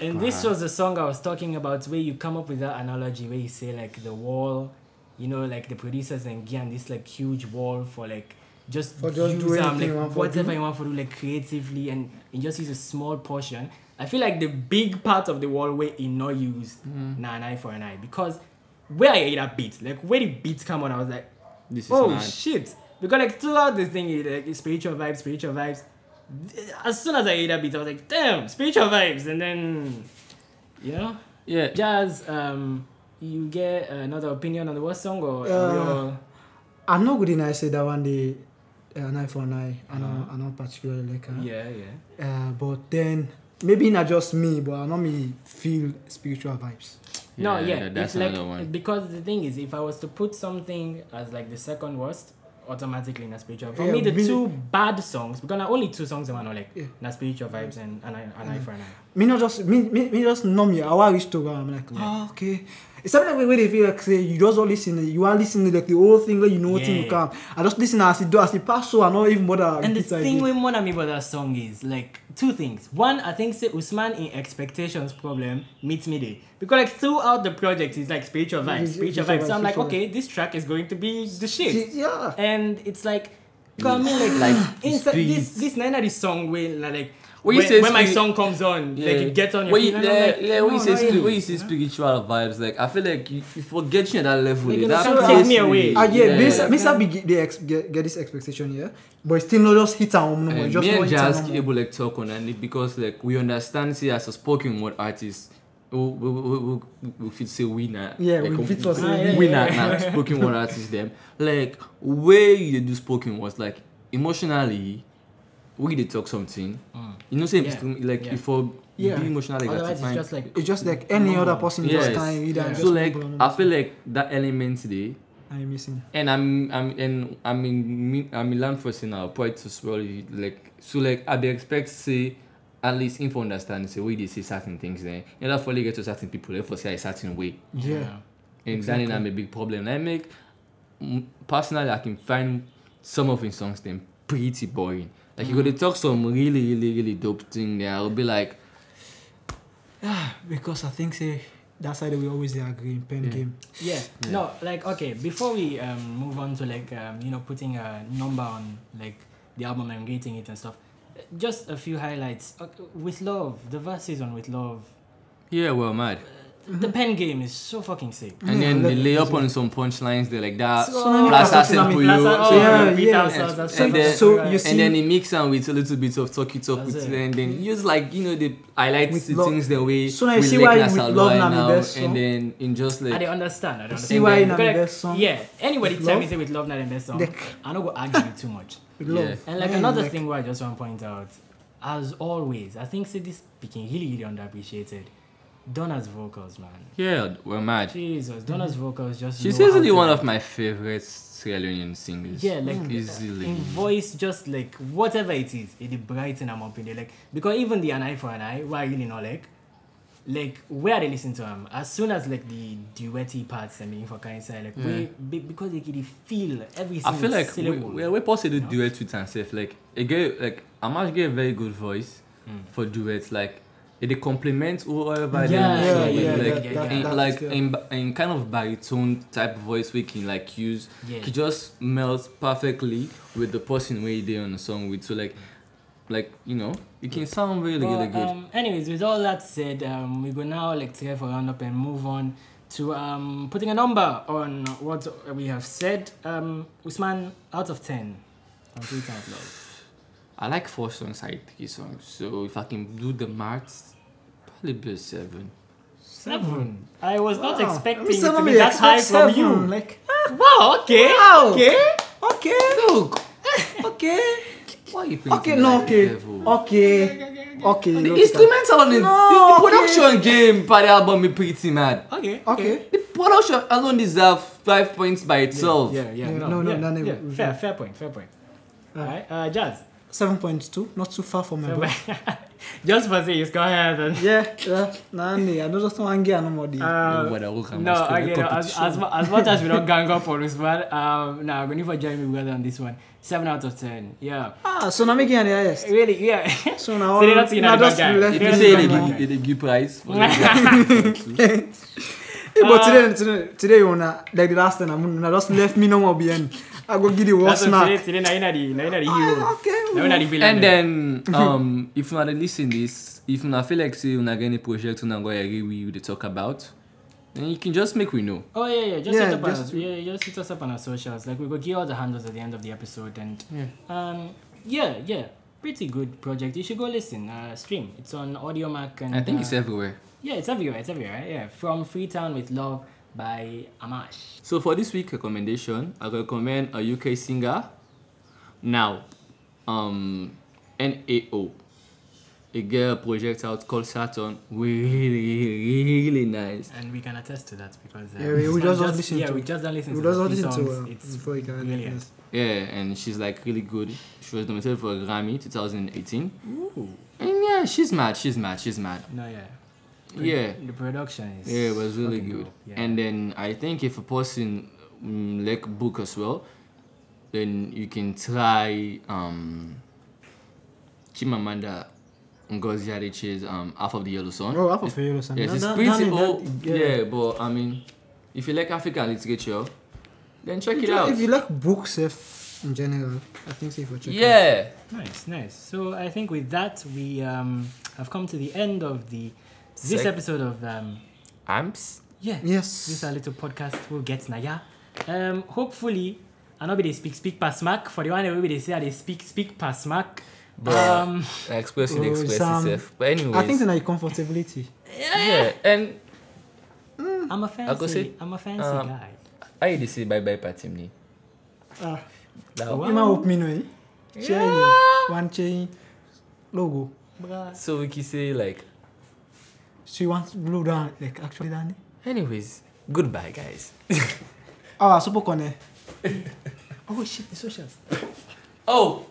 Speaker 3: and this was the song I was talking about, where you come up with that analogy, where you say like the wall, you know, like the producers and Gian, this like huge wall for like just
Speaker 1: For just
Speaker 3: use
Speaker 1: do
Speaker 3: am,
Speaker 1: anything
Speaker 3: like,
Speaker 1: you want for
Speaker 3: whatever
Speaker 1: do.
Speaker 3: you want for do like creatively and you just use a small portion. I feel like the big part of the wall where it not used nah, an eye for an eye because where I hear that beat, like where the beats come on, I was like,
Speaker 2: this is
Speaker 3: oh
Speaker 2: mad.
Speaker 3: shit, because like throughout this thing, it, like it's spiritual vibes, spiritual vibes. As soon as I hear that beat, I was like, damn, spiritual vibes, and then you know,
Speaker 2: yeah,
Speaker 3: jazz. Um, you get another opinion on the worst song or
Speaker 1: Uh,
Speaker 3: or-
Speaker 1: I'm not good in I say that one day. Uh, an eye for an eye. I know, I know particularly like her.
Speaker 3: Uh-huh. yeah, yeah.
Speaker 1: Uh, but then, maybe not just me, but I know me feel spiritual vibes.
Speaker 3: No,
Speaker 2: Yeah,
Speaker 3: yeah,
Speaker 2: that-
Speaker 3: if,
Speaker 2: that's
Speaker 3: like,
Speaker 2: another one.
Speaker 3: Because the thing is, if I was to put something as like the second worst, automatically in a spiritual. For
Speaker 1: Yeah,
Speaker 3: me, the
Speaker 1: really-
Speaker 3: two bad songs because na only two songs that are like
Speaker 1: Yeah. Mm-hmm.
Speaker 3: na spiritual vibes and and I and I for an eye.
Speaker 1: Me not just me me, me just numb you. I want reach to go. I'm like, oh okay. It's something like where they feel like say you just all listen. You are listening like the whole thing like you know thing
Speaker 3: Yeah.
Speaker 1: will come. I just listen as it do as it pass so I not even bother.
Speaker 3: And the
Speaker 1: repeat
Speaker 3: thing
Speaker 1: idea.
Speaker 3: with Mona Mi about that song is like two things. One, I think say Usman in expectations problem meets me there because like throughout the project it's like spiritual
Speaker 1: Yeah, yeah,
Speaker 3: vibes, spiritual
Speaker 1: spiritual
Speaker 3: vibes. So
Speaker 1: vibes,
Speaker 3: I'm like,
Speaker 1: spiritual
Speaker 3: okay, this track is going to be the shit.
Speaker 1: See, yeah.
Speaker 3: and it's like coming like
Speaker 2: Like,
Speaker 3: <clears throat> like inside this
Speaker 2: streets.
Speaker 3: this Nana this song where like
Speaker 2: When you
Speaker 3: when,
Speaker 2: say
Speaker 3: when my
Speaker 2: spirit-
Speaker 3: song comes on,
Speaker 2: Yeah.
Speaker 3: like you get on your
Speaker 2: When
Speaker 3: feet.
Speaker 2: you,
Speaker 3: and I'm
Speaker 2: yeah,
Speaker 3: like,
Speaker 2: yeah, when
Speaker 3: no,
Speaker 2: you say
Speaker 3: not
Speaker 2: spirit-
Speaker 3: really.
Speaker 2: when you say spiritual vibes, like I feel like you, you forget you at that level. eh,
Speaker 3: You're gonna
Speaker 2: that
Speaker 1: come
Speaker 2: place
Speaker 1: take me
Speaker 2: you-
Speaker 3: away.
Speaker 1: Ah, yeah,
Speaker 3: Yeah.
Speaker 1: Miss
Speaker 3: Yeah.
Speaker 1: Miss Abby get, the ex, get, get this expectation here, but it's still not just hit and home no more.
Speaker 2: Eh,
Speaker 1: it's just
Speaker 2: me
Speaker 1: not
Speaker 2: and
Speaker 1: hit and
Speaker 2: Jazz
Speaker 1: home.
Speaker 2: able like talk on it because like we understand see as a spoken word artist we we we we, we fit say we na
Speaker 1: Yeah,
Speaker 2: like,
Speaker 1: we fit to say
Speaker 2: we
Speaker 3: we.
Speaker 2: na
Speaker 3: Ah, yeah,
Speaker 2: na
Speaker 3: yeah.
Speaker 2: spoken word artist them like where you dey do spoken words like emotionally we dey talk something you know say
Speaker 3: Mm. Yeah,
Speaker 2: it's like
Speaker 3: yeah.
Speaker 2: if for
Speaker 1: Yeah.
Speaker 2: be emotionally
Speaker 3: Otherwise, it's
Speaker 2: gratifying
Speaker 3: just like
Speaker 1: It's just like any
Speaker 3: No.
Speaker 1: other person just
Speaker 2: Yes.
Speaker 1: can read
Speaker 3: Yeah.
Speaker 1: and just
Speaker 2: so like
Speaker 1: move on.
Speaker 2: I feel like that element today
Speaker 1: I'm missing.
Speaker 2: And I'm I'm and I'm in Mi- I'm in Lanford now, quite to swell you, like so like I they expect say at least info understand say way they say certain things then in order for they get to certain people they for say a certain way.
Speaker 1: Yeah.
Speaker 2: And
Speaker 1: Exactly.
Speaker 2: that I'm a big problem. I make mm, personally I can find some of his songs them pretty boring. Like you gotta talk some really, really, really dope thing there. I'll be like
Speaker 1: Because I think say that's why we always they agree in pen
Speaker 2: Yeah.
Speaker 1: game.
Speaker 3: Yeah. No, like okay, before we um, move on to like um, you know putting a number on like the album and rating it and stuff, uh, just a few highlights. Uh, with love, the verses on with love,
Speaker 2: Yeah, well mad.
Speaker 1: Mm-hmm.
Speaker 3: the pen game is so fucking sick.
Speaker 2: And
Speaker 1: Yeah,
Speaker 2: then they
Speaker 1: that-
Speaker 2: lay up on some punchlines there like that.
Speaker 1: So many
Speaker 2: Plaza
Speaker 1: passages, I mean,
Speaker 2: Sempuyo,
Speaker 3: Plaza-
Speaker 2: so-
Speaker 1: Oh, yeah,
Speaker 3: Beat
Speaker 1: yeah.
Speaker 3: House, House, House,
Speaker 2: And
Speaker 3: House,
Speaker 2: then-
Speaker 3: House,
Speaker 1: so
Speaker 3: House.
Speaker 1: you
Speaker 2: and
Speaker 1: see-
Speaker 2: then he mix am with a little bit of talky talk
Speaker 3: That's
Speaker 2: with
Speaker 3: it.
Speaker 2: and then just like you know they highlight
Speaker 1: With
Speaker 2: the
Speaker 1: love.
Speaker 2: things the way
Speaker 1: So now you
Speaker 2: we
Speaker 1: see
Speaker 2: like
Speaker 1: why
Speaker 2: Nas
Speaker 1: with
Speaker 2: and
Speaker 1: love
Speaker 2: Loy
Speaker 1: na me
Speaker 2: now,
Speaker 1: best song.
Speaker 2: and then in just
Speaker 3: I
Speaker 2: like
Speaker 3: don't understand. I don't
Speaker 1: See
Speaker 3: understand.
Speaker 1: why
Speaker 3: Because,
Speaker 1: na me
Speaker 3: like,
Speaker 1: best song.
Speaker 3: Yeah. Anybody
Speaker 1: With
Speaker 3: tell me
Speaker 1: love?
Speaker 3: say with love not the best song.
Speaker 1: Like-
Speaker 3: I don't go argue you too much.
Speaker 1: With love.
Speaker 2: Yeah.
Speaker 3: And like
Speaker 1: Man,
Speaker 3: another thing where I just want to point out, as always, I think City speaking really really underappreciated. Donna's vocals, man.
Speaker 2: yeah we're mad
Speaker 3: Jesus, Donna's vocals just.
Speaker 2: she's
Speaker 3: know how
Speaker 2: easily
Speaker 3: to-
Speaker 2: one of my favorite Sierra Leonean singers
Speaker 3: Yeah, like uh,
Speaker 2: easily
Speaker 3: in voice, just like whatever it is, it dey brighten them up in there. Like because even the an eye for an eye, why I really not like, like where they listen to them as soon as like the duetty parts. I mean, for kind side, like we be, because they can feel every single
Speaker 2: I feel like we
Speaker 3: syllable.
Speaker 2: we we supposed to do
Speaker 3: know?
Speaker 2: duets with herself. Like a girl, like Amash get a very good voice
Speaker 3: Mm.
Speaker 2: for duets. Like it they complement whoever they
Speaker 3: Yeah,
Speaker 2: are
Speaker 3: yeah,
Speaker 2: singing,
Speaker 3: yeah,
Speaker 2: like
Speaker 3: yeah, yeah,
Speaker 2: in,
Speaker 1: yeah.
Speaker 2: like
Speaker 1: Yeah.
Speaker 2: in, in kind of baritone type voice we can like use.
Speaker 3: Yeah.
Speaker 2: It just melts perfectly with the person where they on the song with. So like, like you know, it can sound really really
Speaker 3: But,
Speaker 2: good.
Speaker 3: um, anyways, with all that said, um, we go now like today for roundup and move on to um, putting a number on what we have said. Um, Usman, out of ten, on Twitter, love.
Speaker 2: I like four songs, I like three songs. So if I can do the maths, probably be a seven.
Speaker 3: Seven. I was not
Speaker 1: Wow.
Speaker 3: expecting
Speaker 1: Miss
Speaker 3: it to
Speaker 1: Emily
Speaker 3: be that
Speaker 1: expects
Speaker 3: high from
Speaker 1: seven,
Speaker 3: you.
Speaker 1: Like
Speaker 3: Wow. Okay.
Speaker 1: Wow.
Speaker 3: Okay.
Speaker 1: okay,
Speaker 2: Look,
Speaker 1: okay,
Speaker 2: why you playing
Speaker 1: okay, no, okay, okay, okay.
Speaker 2: The
Speaker 1: okay.
Speaker 2: instrumental on it,
Speaker 1: No,
Speaker 2: the, the production
Speaker 1: okay.
Speaker 2: game by the album is pretty mad.
Speaker 3: Okay.
Speaker 1: Okay.
Speaker 2: The production alone deserves five points by itself.
Speaker 3: Yeah.
Speaker 1: Yeah,
Speaker 3: Yeah. No.
Speaker 1: no, no,
Speaker 3: yeah,
Speaker 1: no, no,
Speaker 3: yeah.
Speaker 1: we-
Speaker 3: Fair. Fair point. Fair point. All right. Uh, Jazz. <laughs>
Speaker 1: 7.2, not too far from my boy.
Speaker 3: Just for this, go ahead and.
Speaker 1: Yeah, yeah, nah, nah, I don't just want to get another day.
Speaker 3: Uh,
Speaker 2: Nobody will come
Speaker 3: no,
Speaker 2: and scream
Speaker 3: okay,
Speaker 2: the
Speaker 3: no, as, as, mu- as much as we don't gang up on Usman, um, no, I'm going to join me together on this one. 7 out of 10, yeah.
Speaker 1: Ah, so now making an highest.
Speaker 3: Really, yeah.
Speaker 1: <laughs> So
Speaker 3: <laughs>
Speaker 1: now
Speaker 3: So they
Speaker 1: all-
Speaker 3: don't see
Speaker 1: now
Speaker 3: another
Speaker 1: just
Speaker 3: guy.
Speaker 1: left
Speaker 2: If
Speaker 1: me
Speaker 2: you say
Speaker 1: alone.
Speaker 2: they
Speaker 3: Yeah.
Speaker 2: give, they give price for the
Speaker 1: Eh, but today, today, today, you wanna like the last time, I'm gonna just left me no more behind. I go give the
Speaker 3: That's
Speaker 1: worst
Speaker 3: what today,
Speaker 1: mark.
Speaker 3: today, now you're not the, now you're not the hero.
Speaker 1: Ah, okay.
Speaker 3: Now you're not the villain.
Speaker 2: and then <laughs> um if you are listening this, if you feel like say you are getting a project you are going to agree with you to talk about, then you can just make we know.
Speaker 3: Oh yeah, yeah. Just
Speaker 1: Yeah,
Speaker 3: hit up on
Speaker 1: just-
Speaker 3: us. Yeah, yeah, just hit us up on our socials. Like we will give all the handles at the end of the episode, and um, yeah, yeah, pretty good project. You should go listen. Uh, stream. It's on Audio Mac and
Speaker 2: I think
Speaker 3: uh,
Speaker 2: it's everywhere.
Speaker 3: yeah, it's everywhere. It's everywhere. Right? Yeah, from Freetown with Love by Amash.
Speaker 2: So for this week recommendation, I recommend a UK singer now, um, NAO. A girl project out called Saturn. Really, really nice.
Speaker 3: And we can attest to that because uh,
Speaker 1: Yeah, we- we
Speaker 3: it's
Speaker 1: just
Speaker 3: not
Speaker 1: don't listen
Speaker 3: yeah,
Speaker 1: to-
Speaker 3: we just don't listen
Speaker 1: We
Speaker 3: to
Speaker 1: just
Speaker 3: the
Speaker 1: want
Speaker 3: few
Speaker 1: listen to
Speaker 3: songs.
Speaker 1: uh,
Speaker 3: it's
Speaker 1: before you can.
Speaker 3: brilliant.
Speaker 1: yes.
Speaker 2: Yeah, and she's like really good. She was nominated for a Grammy 2018.
Speaker 3: Ooh.
Speaker 2: And yeah, she's mad, she's mad, she's mad.
Speaker 3: No, yeah.
Speaker 2: Yeah.
Speaker 3: The production is
Speaker 2: Yeah, it was really
Speaker 3: fucking
Speaker 2: good.
Speaker 3: dope. Yeah.
Speaker 2: And then I think if a person mm, like book as well, then you can try um, Chimamanda Ngozi Adichie's um, Half of the Yellow Sun.
Speaker 1: Oh, half of a euro,
Speaker 2: yes, it's pretty old. yeah. but I mean, if you like African literature, then check it out.
Speaker 1: If you like books, if in general. I think so for check.
Speaker 2: Yeah.
Speaker 3: Nice, nice. So I think with that we um, have come to the end of the this
Speaker 2: Sec-
Speaker 3: episode of um,
Speaker 2: Amps.
Speaker 3: yeah
Speaker 1: Yes.
Speaker 3: this is our little podcast we'll get Naya. Um, hopefully, I know they speak speak past mark for the one that they say they speak speak past mark.
Speaker 2: But
Speaker 3: Um,
Speaker 2: express it,
Speaker 1: Oh,
Speaker 2: express
Speaker 1: Sam.
Speaker 2: itself. But anyways.
Speaker 1: I think na your comfortability.
Speaker 2: yeah. And
Speaker 3: I'm a
Speaker 2: I go
Speaker 3: fancy.
Speaker 2: say,
Speaker 3: I'm a fancy
Speaker 2: um,
Speaker 3: guy.
Speaker 2: I did say bye bye party me.
Speaker 1: Ah.
Speaker 2: Now,
Speaker 3: Wow.
Speaker 1: You might hope me know eh? Chain, One chain logo.
Speaker 2: So we can say like
Speaker 1: She wants blue down like actually down.
Speaker 2: anyways, goodbye guys.
Speaker 1: Oh, super connect. oh shit, the socials.
Speaker 2: Oh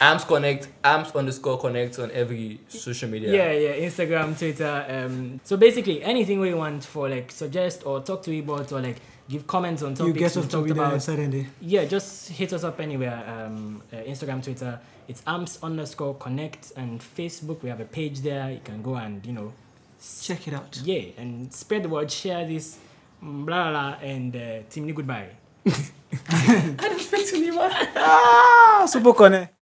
Speaker 2: Arms Connect, Arms underscore connect on every social media.
Speaker 3: Yeah. yeah, Instagram, Twitter. Um, so basically, anything we want for like suggest or talk to we about or like give comments on
Speaker 1: you
Speaker 3: topics
Speaker 1: guess
Speaker 3: we've
Speaker 1: off to
Speaker 3: talked
Speaker 1: be there
Speaker 3: about.
Speaker 1: Saturday.
Speaker 3: Yeah, just hit us up anywhere. Um, uh, Instagram, Twitter. It's amps underscore connect and Facebook. We have a page there. You can go and you know
Speaker 1: Check it out.
Speaker 3: yeah and spread the word. Share this. mm, Blah blah, blah and uh, Timmy goodbye.
Speaker 1: Ah, super connect.